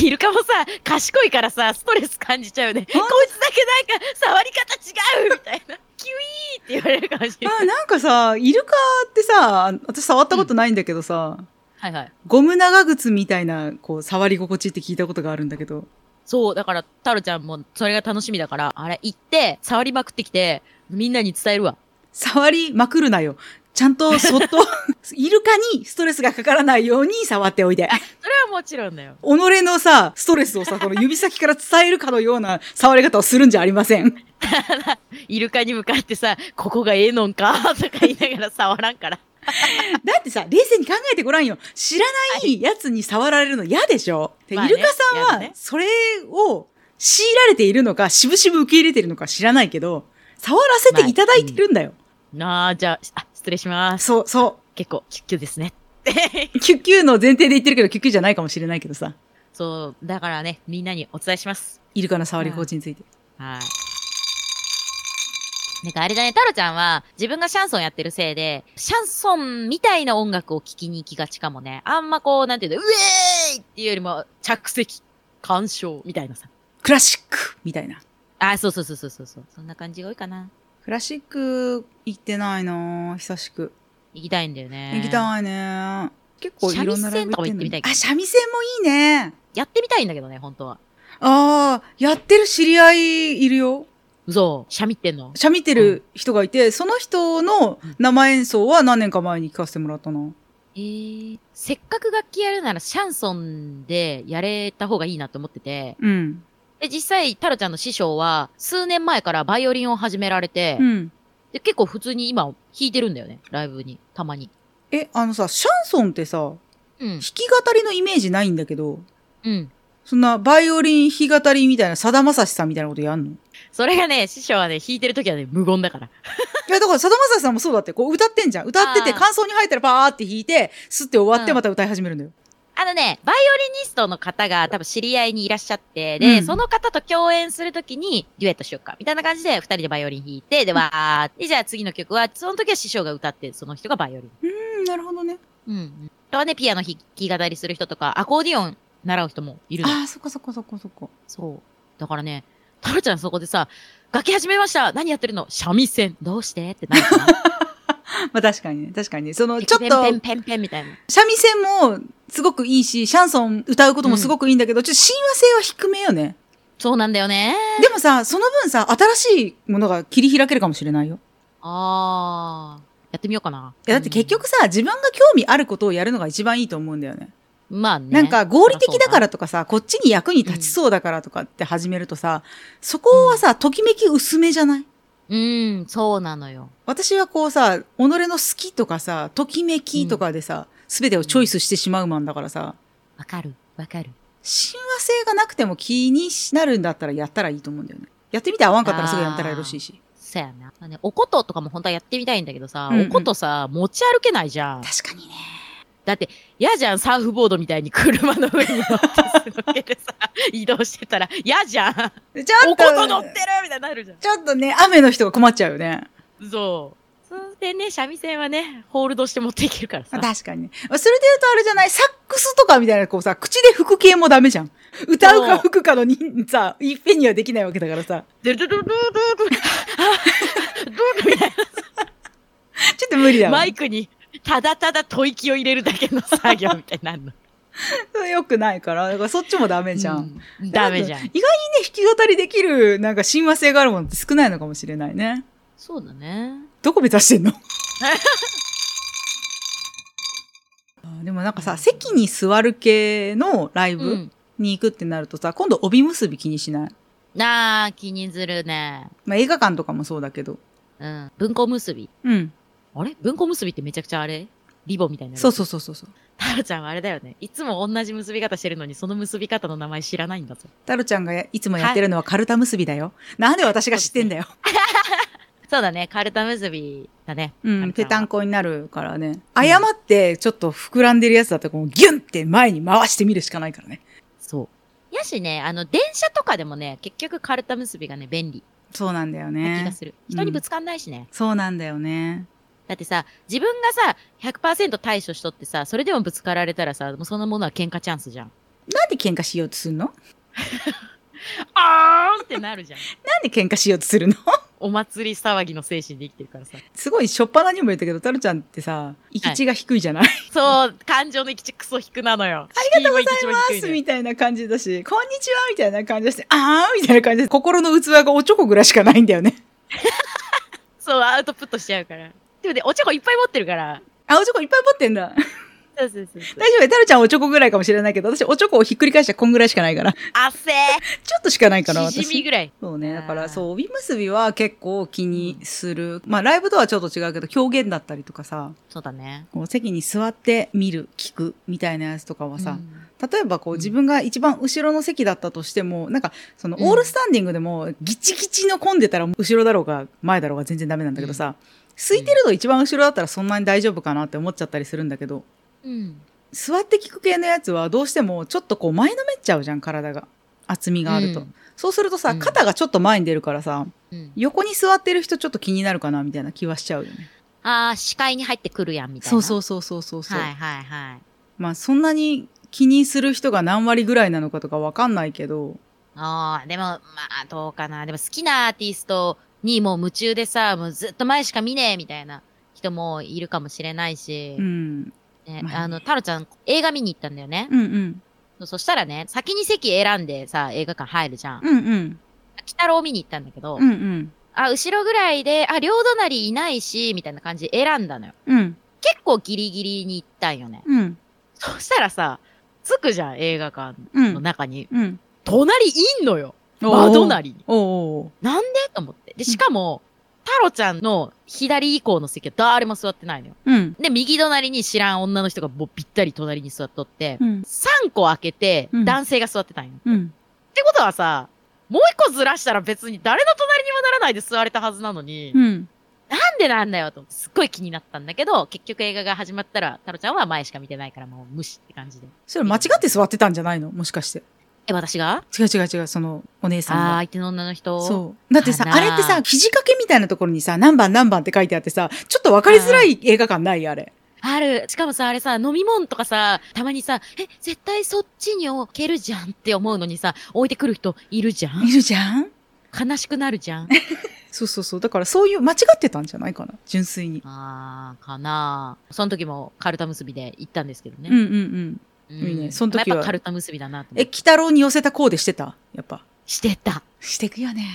Speaker 2: イルカもさ、賢いからさ、ストレス感じちゃうよね。こいつだけなんか触り方違うみたいな。 キュイーって言われるかもしれない。
Speaker 1: あなんかさ、イルカってさ、私触ったことないんだけどさ、
Speaker 2: はいはい。
Speaker 1: ゴム長靴みたいな、こう、触り心地って聞いたことがあるんだけど。
Speaker 2: そう、だから、タロちゃんもそれが楽しみだから、あれ行って、触りまくってきて、みんなに伝えるわ。
Speaker 1: 触りまくるなよ。ちゃんとそっと、 イルカにストレスがかからないように触っておいで。
Speaker 2: それはもちろんだよ。
Speaker 1: 己のさ、ストレスをさ、この指先から伝えるかのような触り方をするんじゃありませ ん。
Speaker 2: イルカに向かってさ、ここがええのんか とか言いながら触らんから。
Speaker 1: だってさ、冷静に考えてごらんよ。知らないやつに触られるの嫌でしょ、で
Speaker 2: まあね
Speaker 1: イルカさ
Speaker 2: 嫌だ
Speaker 1: んは
Speaker 2: ね、
Speaker 1: それを強いられているのか、渋々受け入れているのか知らないけど、触らせていただいてるんだよ。
Speaker 2: なあ、じゃあ、あ、失礼します。
Speaker 1: そう、そ
Speaker 2: 結構、キュッキュですね。
Speaker 1: う。キュッキュの前提で言ってるけど、キュッキュじゃないかもしれないけどさ。
Speaker 2: そう、だからね、みんなにお伝えします。
Speaker 1: イルカの触り心地について。
Speaker 2: はい。なんかあれだね、タロちゃんは自分がシャンソンやってるせいで、シャンソンみたいな音楽を聴きに行きがちかもね。あんまこう、なんていうの、ウェーイっていうよりも、着席、鑑賞みたいなさ。
Speaker 1: クラシックみたいな。
Speaker 2: あ、そうそうそうそうそうそう。そんな感じが多いかな。
Speaker 1: クラシック行ってないなぁ久しく。
Speaker 2: 行きたいんだよね。
Speaker 1: 行きたいねー結構いろんなライブ行ってんの
Speaker 2: 三味線とかも行って
Speaker 1: に
Speaker 2: みたいけど
Speaker 1: あ、三味線もいいね。
Speaker 2: やってみたいんだけどね、本当は。
Speaker 1: ああ、やってる知り合いいるよ。
Speaker 2: 嘘、シャミってんの。
Speaker 1: しゃみてる人がいて、その人の生演奏は何年か前に聞かせてもらったな。
Speaker 2: えー、せっかく楽器やるならシャンソンでやれた方がいいなと思ってて、
Speaker 1: うん。
Speaker 2: で、実際、タロちゃんの師匠は、数年前からバイオリンを始められて、
Speaker 1: うん。
Speaker 2: で、結構普通に今、弾いてるんだよね。ライブに。たまに。
Speaker 1: え、あのさ、シャンソンってさ、
Speaker 2: うん
Speaker 1: 弾。き語りのイメージないんだけど、
Speaker 2: うん。
Speaker 1: そんなバイオリン弾き語りみたいな、さだまさしさんみたいなことやんのい
Speaker 2: それがね、師匠はね、弾いてる時はね、無言だから。
Speaker 1: や、だからさだまさしさんもそうだって、こう歌ってんじゃん。歌ってて、
Speaker 2: あー
Speaker 1: 感想に入ったらパーって弾いて、吸って終わって
Speaker 2: うん
Speaker 1: また歌い始めるんだよ。
Speaker 2: あのね、バイオリニストの方が多分知り合いにいらっしゃって、で、
Speaker 1: うん
Speaker 2: その方と共演するときに、デュエットしよっか。みたいな感じで、二人でバイオリン弾いて、で、わーって、じゃあ次の曲は、その時は師匠が歌って、その人がバイオリン。
Speaker 1: うん、なるほどね。
Speaker 2: うんうん。あとはね、ピアノ弾き語りする人とか、アコーディオン習う人もいるの。
Speaker 1: ああ、そっかそっかそっかそっか。
Speaker 2: そう。だからね、タロちゃんそこでさ、楽器始めました何やってるの三味線。どうしてってなるかな
Speaker 1: まあ確かにね、確かにね。その、ちょっ
Speaker 2: ペンペ
Speaker 1: と、
Speaker 2: ンペンペンみたいな。
Speaker 1: 三味線もすごくいいし、シャンソン歌うこともすごくいいんだけど、ちょっと親和性は低めよね。
Speaker 2: そうなんだよね。
Speaker 1: でもさ、その分さ、新しいものが切り開けるかもしれないよ。
Speaker 2: あー。やってみようかな。
Speaker 1: いや、だって結局さ、自分が興味あることをやるのが一番いいと思うんだよね。
Speaker 2: うん、まあね。
Speaker 1: なんか合理的だからとかさ、こっちに役に立ちそうだからとかって始めるとさ、そこはさ、ときめき薄めじゃない
Speaker 2: うん、そうなのよ。
Speaker 1: 私はこうさ、己の好きとかさ、ときめきとかでさ、すべてをチョイスしてしまうマンだからさ、
Speaker 2: わかる、わかる。
Speaker 1: 親和性がなくても気になるんだったらやったらいいと思うんだよね。やってみて合わんかったらすぐやめたらよろしいし。
Speaker 2: そやな。あのね、おこととかも本当はやってみたいんだけどさ、
Speaker 1: うんうん
Speaker 2: おことさ、持ち歩けないじゃん。
Speaker 1: 確かにね。
Speaker 2: だって、嫌じゃん、サーフボードみたいに車の上に乗ってすのけでさ、移動してたら、嫌じゃん。
Speaker 1: ちょ
Speaker 2: お
Speaker 1: っと、
Speaker 2: こと乗ってるみたいになるじゃ
Speaker 1: ちょっとね、雨の人が困っちゃうよね。
Speaker 2: ん。そう。そしてね、三味線はね、ホールドして持っていけるからさ。
Speaker 1: 確かにね。まあそれで言うとあれじゃない、サックスとかみたいな、こうさ、口で吹く系もダメじゃん。歌うか吹くかのに、さ、いっぺんにはできないわけだからさ。
Speaker 2: ドドドドドドドドみたい
Speaker 1: ちょっと無理だ
Speaker 2: な。
Speaker 1: わ
Speaker 2: マ。イクに、ただただ吐息を入れるだけの作業みたいになるの。
Speaker 1: よくないから、だからそっちもダメじゃん。
Speaker 2: うんダメじゃ
Speaker 1: 意
Speaker 2: ん
Speaker 1: 外。にね、弾き語りできる、なんか親和性があるものって少ないのかもしれないね。
Speaker 2: そうだね。
Speaker 1: どこ目指してんの あでもなんかさ、席に座る系のライ
Speaker 2: う
Speaker 1: ブ
Speaker 2: ん。
Speaker 1: に行くってなるとさ、今度帯結び気にしない。
Speaker 2: なあ、気にするね。
Speaker 1: まあ映画館とかもそうだけど。
Speaker 2: うん。文庫結び。
Speaker 1: うん。
Speaker 2: あれ文庫結びってめちゃくちゃあれリボンみたいになる。
Speaker 1: そうそうそうそうそう。
Speaker 2: タロちゃんはあれだよね。いつも同じ結び方してるのに、その結び方の名前知らないんだぞ。
Speaker 1: タロちゃんがやいつもやってるのはカルタ結びだよ。なんで私が知ってんだよ。
Speaker 2: そうだね。カルタ結びだね。
Speaker 1: うん、ぺたん
Speaker 2: こ。
Speaker 1: こになるからね。誤ってちょっと膨らんでるやつだったら、こうギュンって前に回してみるしかないからね。
Speaker 2: そう。やしね、あの、電車とかでもね、結局カルタ結びがね、便利
Speaker 1: そうなんだよ
Speaker 2: な気が
Speaker 1: ね。
Speaker 2: する。
Speaker 1: うん
Speaker 2: 人にぶつかんないしね。
Speaker 1: そうなんだよね。
Speaker 2: だってさ、自分がさ、100%対処しとってさ、それでもぶつかられたらさ、もうそんなものは喧嘩チャンスじゃん。
Speaker 1: なんで喧嘩しようとするの
Speaker 2: あーんってなるじゃん。
Speaker 1: なんで喧嘩しようとするの
Speaker 2: お祭り騒ぎの精神で生きてるからさ。
Speaker 1: すごい、しょっぱなにも言ったけど、タロちゃんってさ、行き地が低いじゃない、
Speaker 2: そう、感情の行き地クソ引くなのよ。ありがとうござい
Speaker 1: パスみたいな感じだし、こんにちはみたいな感じだし、あーみたいな感じで、心の器がおちょこぐらいしかないんだよね。
Speaker 2: そう、アウトプットしちゃうから。でもね、おちょこいっぱい持ってるから。
Speaker 1: あ、おちょこいっぱい持ってんだ。
Speaker 2: そうそうそうそ う。
Speaker 1: 大丈夫タロちゃんおちょこぐらいかもしれないけど、私おちょこをひっくり返したらこんぐらいしかないから。 ち
Speaker 2: 汗
Speaker 1: ょっとしかないから、
Speaker 2: しじみ
Speaker 1: 私。
Speaker 2: ぐらい。
Speaker 1: そうね。だか
Speaker 2: あ
Speaker 1: ら、
Speaker 2: ー
Speaker 1: そう、帯結びは結構気にする。まあ、ライブとはちょっと違うけど、表現だったりとかさ、
Speaker 2: そうだね。
Speaker 1: こう席に座って見る、聞く、みたいなやつとかはさ、
Speaker 2: うん
Speaker 1: 例えばこう
Speaker 2: うん
Speaker 1: 自分が一番後ろの席だったとしても、なんかその
Speaker 2: うん
Speaker 1: オールスタンディングでもギチギチの混んでたら後ろだろうが前だろうが全然ダメなんだけどさ、空いてるの一番後ろだったらそんなに大丈夫かなって思っちゃったりするんだけど、
Speaker 2: うん。
Speaker 1: 座って聞く系のやつはどうしてもちょっとこう前のめっちゃうじゃん、体が。厚みがあると。
Speaker 2: うん
Speaker 1: そうするとさ、
Speaker 2: うん
Speaker 1: 肩がちょっと前に出るからさ、
Speaker 2: うん。
Speaker 1: 横に座ってる人ちょっと気になるかなみたいな気はしちゃうよね。
Speaker 2: あー、視界に入ってくるやん、みたいな。
Speaker 1: そうそううそうそうそうそう。
Speaker 2: はいはいはい。
Speaker 1: まあそんなに気にする人が何割ぐらいなのかとかわかんないけど、
Speaker 2: ああ、でも、まあ、どうかな。でも好きなアーティストにもう夢中でさ、もうずっと前しか見ねえ、みたいな人もいるかもしれないし、
Speaker 1: うん。
Speaker 2: ね
Speaker 1: まあね
Speaker 2: あの、タロちゃん映画見に行ったんだよね。
Speaker 1: うんうん。
Speaker 2: そうそしたらね、先に席選んでさ、映画館入るじゃん。
Speaker 1: うんうん。
Speaker 2: 鬼太郎見に行ったんだけど、
Speaker 1: うんうん。
Speaker 2: あ、後ろぐらいで、あ、両隣いないし、みたいな感じで選んだのよ。
Speaker 1: うん。
Speaker 2: 結構ギリギリに行ったんよね。
Speaker 1: うん。
Speaker 2: そしたらさ、着くじゃん、映画館
Speaker 1: う
Speaker 2: の
Speaker 1: ん。
Speaker 2: 中に。
Speaker 1: うん。
Speaker 2: 隣いんのよ。
Speaker 1: おー
Speaker 2: 窓隣に。
Speaker 1: おうおう
Speaker 2: なんでと思って。で、しかも、タロちゃんの左以降の席は誰も座ってないのよ。
Speaker 1: おう。うん。
Speaker 2: で、右隣に知らん女の人がもうぴったり隣に座っとって、
Speaker 1: うん。
Speaker 2: 3個開けて
Speaker 1: うん、
Speaker 2: 男性が座ってたんよ。
Speaker 1: うん。
Speaker 2: ってことはさ、もう一個ずらしたら別に誰の隣にもならないで座れたはずなのに、
Speaker 1: うん。
Speaker 2: なんでなんだよと思って、すっごい気になったんだけど、結局映画が始まったら、タロちゃんは前しか見てないからもう無視って感じで。
Speaker 1: それ間違って座ってたんじゃないのもしかして。
Speaker 2: え、私が
Speaker 1: 違う違う違う、その、お姉さん
Speaker 2: ああー、
Speaker 1: が。
Speaker 2: 相手の女の人。
Speaker 1: そう。だってさ、
Speaker 2: かな
Speaker 1: あれってさ、肘掛けみたいなところにさ、何番何番って書いてあってさ、ちょっとわかりづらい映画館ないあれ。
Speaker 2: ある。しかもさ、あれさ、飲み物とかさ、たまにさ、え、絶対そっちに置けるじゃんって思うのにさ、置いてくる人いるじゃん
Speaker 1: いるじゃん
Speaker 2: 悲しくなるじゃん
Speaker 1: そうそうそう。だからそういう、間違ってたんじゃないかな。純粋に。
Speaker 2: あー、かなあその時もカルタ結びで行ったんですけど
Speaker 1: うんう
Speaker 2: ね。
Speaker 1: んうん。
Speaker 2: うん
Speaker 1: いいねその時は
Speaker 2: やっぱカルタ結びだなと思
Speaker 1: え、
Speaker 2: って。
Speaker 1: 鬼太郎に寄せたコーデしてたやっぱ。
Speaker 2: してた。
Speaker 1: してくよね。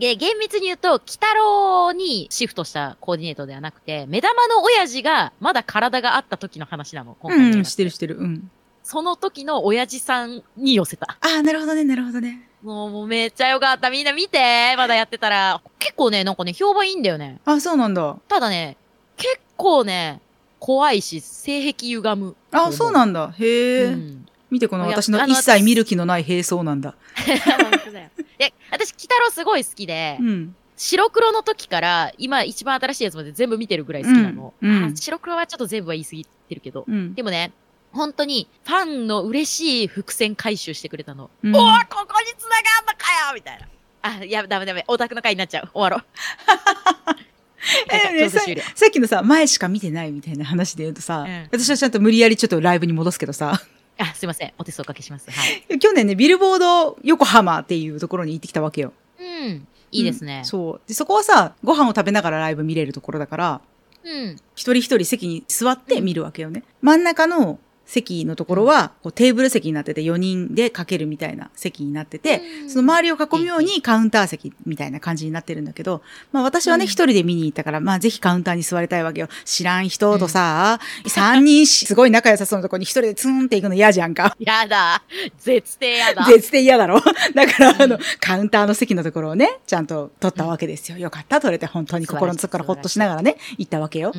Speaker 2: で、厳密に言うと、鬼太郎にシフトしたコーディネートではなくて、目玉の親父がまだ体があった時の話なの、今回
Speaker 1: う
Speaker 2: の映
Speaker 1: ん
Speaker 2: 画
Speaker 1: うん、してるしてる。うん。
Speaker 2: その時の親父さんに寄せた。
Speaker 1: ああ、なるほどね、なるほどね。
Speaker 2: もう、もうめっちゃよかった。みんな見てまだやってたら。結構ね、なんかね、評判いいんだよね。
Speaker 1: あ、そうなんだ。
Speaker 2: ただね、結構ね、怖いし、性癖歪む。
Speaker 1: あ、そうなんだ。へえ、
Speaker 2: うん。
Speaker 1: 見てこの
Speaker 2: いや
Speaker 1: 私の
Speaker 2: あの
Speaker 1: 一切見る気のない兵装なんだ。
Speaker 2: 本当だよ。 で、私、鬼太郎すごい好きで
Speaker 1: う、ん。
Speaker 2: 白黒の時から、今一番新しいやつまで全部見てるぐらい好きなの。
Speaker 1: うんうん
Speaker 2: あ白黒はちょっと全部は言い過ぎてるけど。
Speaker 1: うん。
Speaker 2: でもね、本当に、ファンの嬉しい伏線回収してくれたの。
Speaker 1: うん
Speaker 2: おわ、ここに繋がんのかよみたいな。あ、いや、ダメダメ。オタクの回になっちゃう。終 わろう。
Speaker 1: え
Speaker 2: え
Speaker 1: ねささっきのさ、前しか見てないみたいな話で言うとさ、
Speaker 2: うん
Speaker 1: 私はちゃんと無理やりちょっとライブに戻すけど さ、
Speaker 2: あ、すいません。お手数おかけします。はい。
Speaker 1: 去年ね、ビルボード横浜っていうところに行ってきたわけよ。
Speaker 2: うん。いいです
Speaker 1: う
Speaker 2: ね
Speaker 1: ん。そう。で、そこはさ、ご飯を食べながらライブ見れるところだから、
Speaker 2: うん。
Speaker 1: 一人一人席に座って見るわけよね。真ん中の席のところは、こうテーブル席になってて4人でかけるみたいな席になってて、
Speaker 2: うん
Speaker 1: その周りを囲むようにカウンター席みたいな感じになってるんだけど、まあ私はね、
Speaker 2: うん
Speaker 1: 一、人で見に行ったから、まあぜひカウンターに座りたいわけよ。知らん人とさ、 三、人し、すごい仲良さそうなとこに一人でツーンって行くの嫌じゃんか。
Speaker 2: やだ。絶対やだ。
Speaker 1: 絶対嫌だろ だから、あの、
Speaker 2: うん
Speaker 1: カウンターの席のところをね、ちゃんと取ったわけですよ。よかった、取れて、本当に心の底からほっとしながらね、行ったわけよ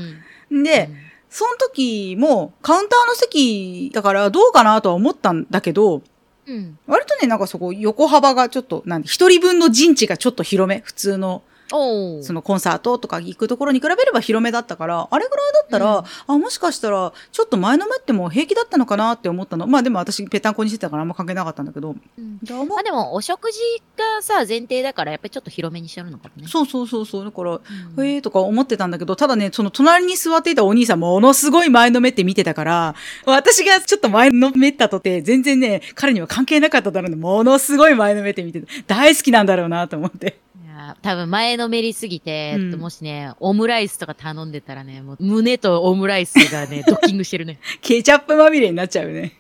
Speaker 2: う。ん。
Speaker 1: で、
Speaker 2: うん
Speaker 1: その時もカウンターの席だからどうかなとは思ったんだけど、
Speaker 2: うん。
Speaker 1: 割とね、なんかそこ横幅がちょっと、なんで、一人分の陣地がちょっと広め。普通の、
Speaker 2: おお。
Speaker 1: そのコンサートとか行くところに比べれば広めだったから、あれぐらいだったら、あ、もしかしたら、ちょっと前のめっても平気だったのかなって思ったの。まあでも私、ぺたんこにしてたからあんま関係なかったんだけど。
Speaker 2: うん
Speaker 1: どうも
Speaker 2: まあでも、お食事がさ、前提だから、やっぱりちょっと広めにしてるのかもね。
Speaker 1: そうそうそうそう。だから、
Speaker 2: うん
Speaker 1: えーとか思ってたんだけど、ただね、その隣に座っていたお兄さんものすごい前のめって見てたから、私がちょっと前のめったとて、全然ね、彼には関係なかっただろうね。ものすごい前のめって見てた。大好きなんだろうなと思って。
Speaker 2: いやー多分前のめりすぎて、
Speaker 1: うん
Speaker 2: もしね、オムライスとか頼んでたらね、もう胸とオムライスがね、ドッキングしてるね。
Speaker 1: ケチャップまみれになっちゃうよね。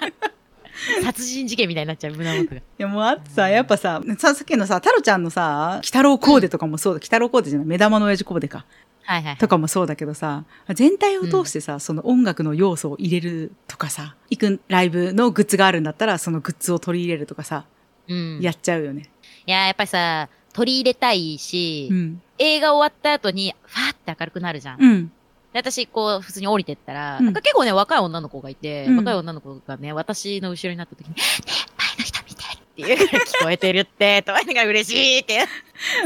Speaker 2: 殺人事件みたいになっちゃう、胸元が。
Speaker 1: いやもうあとさ、やっぱさ、さ、さっきのさ、太郎ちゃんのさ、鬼太郎コーデとかもそうだ、鬼太郎コーデじゃない、目玉の親父コーデか。
Speaker 2: はいはい。
Speaker 1: とかもそうだけどさ、全体を通してさ、その音楽の要素を入れるとかさ、行くライブのグッズがあるんだったら、そのグッズを取り入れるとかさ、
Speaker 2: うん。い
Speaker 1: や
Speaker 2: や、
Speaker 1: っちゃうよね。
Speaker 2: やっぱりさ、取り入れたいし、
Speaker 1: うん。
Speaker 2: 映画終わった後に、ファーって明るくなるじゃん。
Speaker 1: うん。
Speaker 2: で私、こう、普通に降りてったら、
Speaker 1: うん
Speaker 2: なんか結構ね、若い女の子がいて、
Speaker 1: うん
Speaker 2: 若い女の子がね、私の後ろになった時に、ねえ、前の人見てっていうから聞こえてるって、とか言いながら嬉しい って、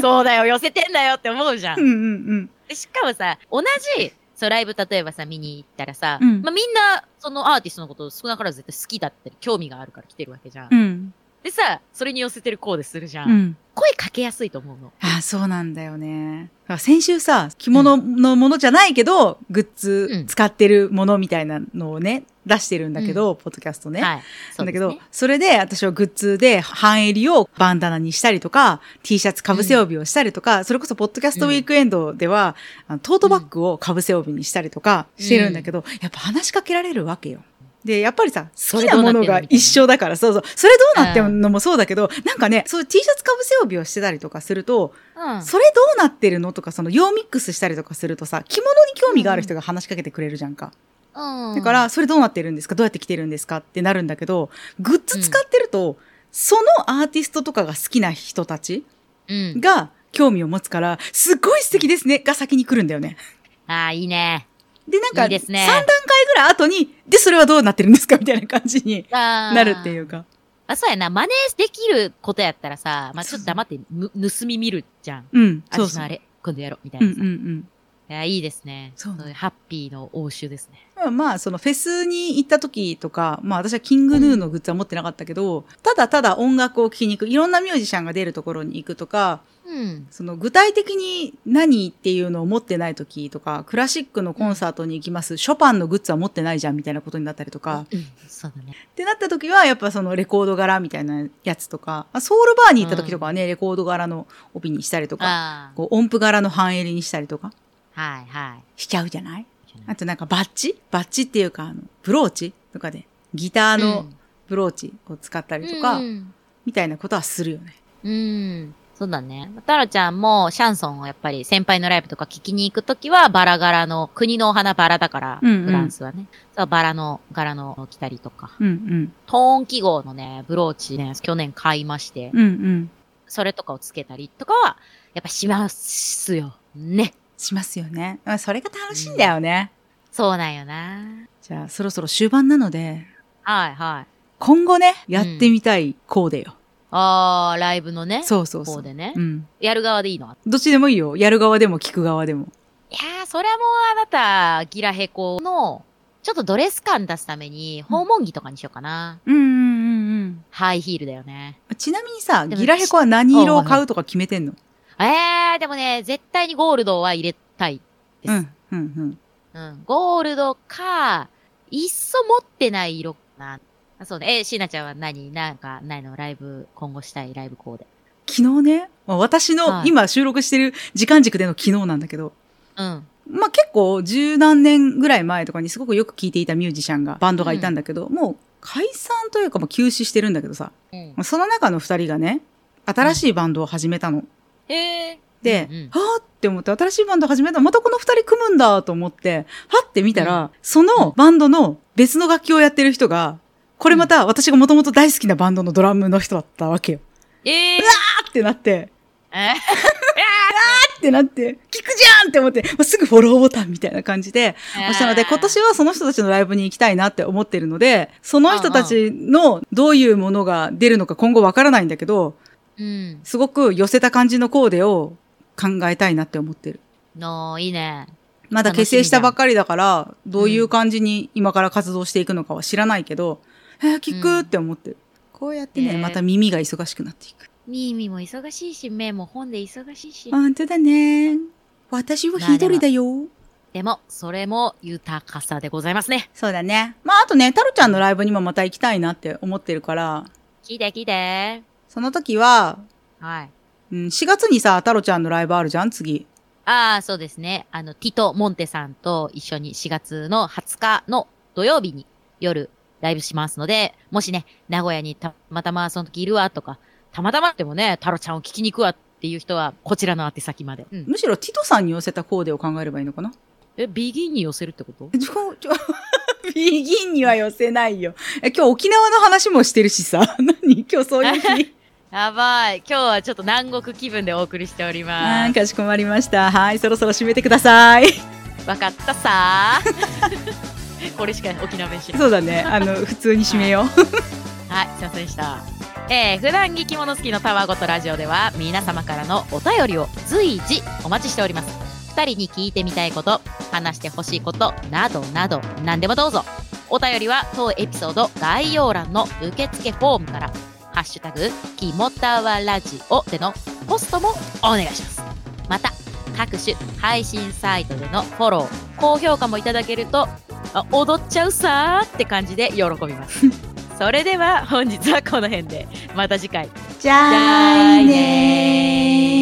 Speaker 2: そうだよ、寄せてんだよって思うじゃん
Speaker 1: うん。うん
Speaker 2: でしかもさ、同じ、そう、ライブ、例えばさ、見に行ったらさ、
Speaker 1: うん
Speaker 2: まあ、みんな、そのアーティストのこと少なからず絶対好きだったり、興味があるから来てるわけじゃん。
Speaker 1: うん。うん。
Speaker 2: でさ、それに寄せてるコーデするじゃん。
Speaker 1: うん。
Speaker 2: 声かけやすいと思うの。
Speaker 1: ああ、そうなんだよね。だから先週さ、着物のものじゃないけど、グッ
Speaker 2: う
Speaker 1: ズ
Speaker 2: ん
Speaker 1: 使ってるものみたいなのをね、出してるんだけど、ポッドキャストね。
Speaker 2: はい。そ
Speaker 1: な
Speaker 2: うん
Speaker 1: だ
Speaker 2: です
Speaker 1: けど、
Speaker 2: ね
Speaker 1: それで私はグッズで半襟をバンダナにしたりとか、T シャツ被せ帯をしたりとか、それこそポッドキャストウィークエンドでは、あのトートバッグを被せ帯にしたりとかしてるんだけど、やっぱ話しかけられるわけよ。で、やっぱりさ、好きなものが一緒だから、そうそう。それどうなってるのもそうだけど、なんかね、そういう T シャツ被せ帯をしてたりとかすると、
Speaker 2: うん。
Speaker 1: それどうなってるのとか、その用ミックスしたりとかするとさ、着物に興味がある人が話しかけてくれるじゃんか。
Speaker 2: うん。
Speaker 1: だから、、それどうなってるんですかどうやって来てるんですかってなるんだけど、グッズ使ってると、そのアーティストとかが好きな人たち
Speaker 2: うん。
Speaker 1: が興味を持つから、すっごい素敵ですねが先に来るんだよね。
Speaker 2: ああ、いいね。
Speaker 1: で、なんか、
Speaker 2: い
Speaker 1: 3
Speaker 2: いですね
Speaker 1: 段階ぐらい後に、で、それはどうなってるんですかみたいな感じに
Speaker 2: ああ。
Speaker 1: なるっていうか。
Speaker 2: あ、そうやな。真似できることやったらさ、まあ、ちょっと黙って、む盗み見るじゃん。
Speaker 1: うん、
Speaker 2: あ
Speaker 1: そう
Speaker 2: 私
Speaker 1: そ
Speaker 2: の
Speaker 1: う
Speaker 2: あ。れ、今度やろう、みたい
Speaker 1: うん
Speaker 2: な
Speaker 1: う
Speaker 2: さ。
Speaker 1: んう
Speaker 2: い
Speaker 1: ん。
Speaker 2: や、いいですね。
Speaker 1: そう
Speaker 2: いハッピーの応酬ですね。
Speaker 1: まあまあ、そのフェスに行った時とか、まあ私はキングヌーのグッズは持ってなかったけど、ただただ音楽を聴きに行く、いろんなミュージシャンが出るところに行くとか、
Speaker 2: うん。
Speaker 1: その具体的に何っていうのを持ってない時とか、クラシックのコンサートに行きます、ショパンのグッズは持ってないじゃんみたいなことになったりとか、
Speaker 2: うん、そうだね。
Speaker 1: ってなった時はやっぱそのレコード柄みたいなやつとか、あソウルバーに行った時とかはね、レコード柄の帯にしたりとか、
Speaker 2: ああ。
Speaker 1: こう音符柄の半襟にしたりとか
Speaker 2: はい、はい。
Speaker 1: しちゃうじゃないあとなんかバッチバッチっていうか、あの、ブローチとかで、ギターのブローチを使ったりとか、
Speaker 2: うん。
Speaker 1: みたいなことはするよね。
Speaker 2: うんそうだね。タロちゃんもシャンソンをやっぱり先輩のライブとか聞きに行くときはバラ柄の、国のお花バラだから、
Speaker 1: うんうん
Speaker 2: フランスはね。そう、バラの柄の着たりとか。
Speaker 1: うん
Speaker 2: トーン記号のね、ブローチね、去年買いまして、
Speaker 1: うん。うんうん。
Speaker 2: それとかをつけたりとかは、やっぱしますよ。ね。
Speaker 1: しますよね。まあそれが楽しいんだよね。
Speaker 2: そうなんよな。
Speaker 1: じゃあ、そろそろ終盤なので、
Speaker 2: はいはい。
Speaker 1: 今後ね、やってみたいコーデよ。
Speaker 2: あー、ライブのね。
Speaker 1: そうそうそ
Speaker 2: こう
Speaker 1: う。
Speaker 2: でね
Speaker 1: う。ん。
Speaker 2: やる側でいいの
Speaker 1: どっちでもいいよ。やる側でも聞く側でも。
Speaker 2: いやー、それはもうあなた、ギラヘコの、ちょっとドレス感出すために、訪問着とかにしようかな。
Speaker 1: うんうんうん
Speaker 2: ハイヒールだよね。
Speaker 1: うん。ちなみにさ、
Speaker 2: でも
Speaker 1: ギラヘコは何色を買うとか決めてんの
Speaker 2: えー、でもね、絶対にゴールドは入れたいで
Speaker 1: う
Speaker 2: す。
Speaker 1: ん。うんうん。
Speaker 2: うんゴールドか、いっそ持ってない色かな。あそうね。えー、シーナちゃんは何なんか、ないのライブ、今後したいライブコーデ。
Speaker 1: 昨日ね、まあ私の
Speaker 2: はい
Speaker 1: 今収録してる時間軸での昨日なんだけど、
Speaker 2: うん。
Speaker 1: まあ、結構十何年ぐらい前とかにすごくよく聴いていたミュージシャンが、バンドがいたんだけど、もう解散というかもう休止してるんだけどさ、
Speaker 2: うん。
Speaker 1: その中の二人がね、新しいバンドを始めたの。
Speaker 2: へえ。
Speaker 1: で、
Speaker 2: うんうん
Speaker 1: はぁって思って、新しいバンド始めたまたこの二人組むんだと思って、はって見たら、そのバンドの別の楽器をやってる人が、これまた私がもともと大好きなバンドのドラムの人だったわけよ。
Speaker 2: えー。
Speaker 1: あってなって、
Speaker 2: えー、
Speaker 1: あってなって、聞くじゃんって思って、もうすぐフォローボタンみたいな感じで、押したので、今年はその人たちのライブに行きたいなって思ってるので、その人たちのどういうものが出るのか今後わからないんだけど、
Speaker 2: うん。
Speaker 1: すごく寄せた感じのコーデを考えたいなって思ってる。
Speaker 2: のー、いいね。
Speaker 1: まだ結成したばっかりだから、どういう感じに今から活動していくのかは知らないけど、えー聞くって思ってる。こうやってね、
Speaker 2: ね
Speaker 1: また耳が忙しくなっていく。
Speaker 2: ミーミーも忙しいし、メイも本で忙しいし。
Speaker 1: 本当だね。私は一人だよ。
Speaker 2: でも、それも豊かさでございますね。
Speaker 1: そうだね。まあ、あとね、タロちゃんのライブにもまた行きたいなって思ってるから、
Speaker 2: 聞いて聞いて。
Speaker 1: その時は、
Speaker 2: はい。
Speaker 1: うん、4月にさ、タロちゃんのライブあるじゃん次。
Speaker 2: ああ、そうですね。あの、ティト・モンテさんと一緒に4月の20日の土曜日に夜ライブしますので、もしね、名古屋にたまたまその時いるわとか、たまたまでもね、タロちゃんを聞きに行くわっていう人は、こちらの宛先まで。うん。
Speaker 1: むしろティトさんに寄せたコーデを考えればいいのかな
Speaker 2: え、ビギンに寄せるってこと
Speaker 1: ちょ、ちょ、ビギンには寄せないよ。え、今日沖縄の話もしてるしさ。何今日そういう日。
Speaker 2: やばい。今日はちょっと南国気分でお送りしており
Speaker 1: あ
Speaker 2: ま
Speaker 1: ーかしこまりました。はい、そろそろ締めてください。
Speaker 2: す。わかったさー。 これしか沖縄弁知らん
Speaker 1: そうだね。あの、普通に締めよう。
Speaker 2: はい、すいませんでした。えー、普段着着物好きのたわごとラジオでは皆様からのお便りを随時お待ちしております。二人に聞いてみたいこと、話してほしいことなどなど何でもどうぞ。お便りは当エピソード概要欄の受付フォームから、ハッシュタグ、きもたわラジオでのポストもお願いします。また、各種配信サイトでのフォロー、高評価もいただけると、あ踊っちゃうさーって感じで喜びます。それでは本日はこの辺でまた次回
Speaker 1: じゃあ
Speaker 2: ーい
Speaker 1: ねー。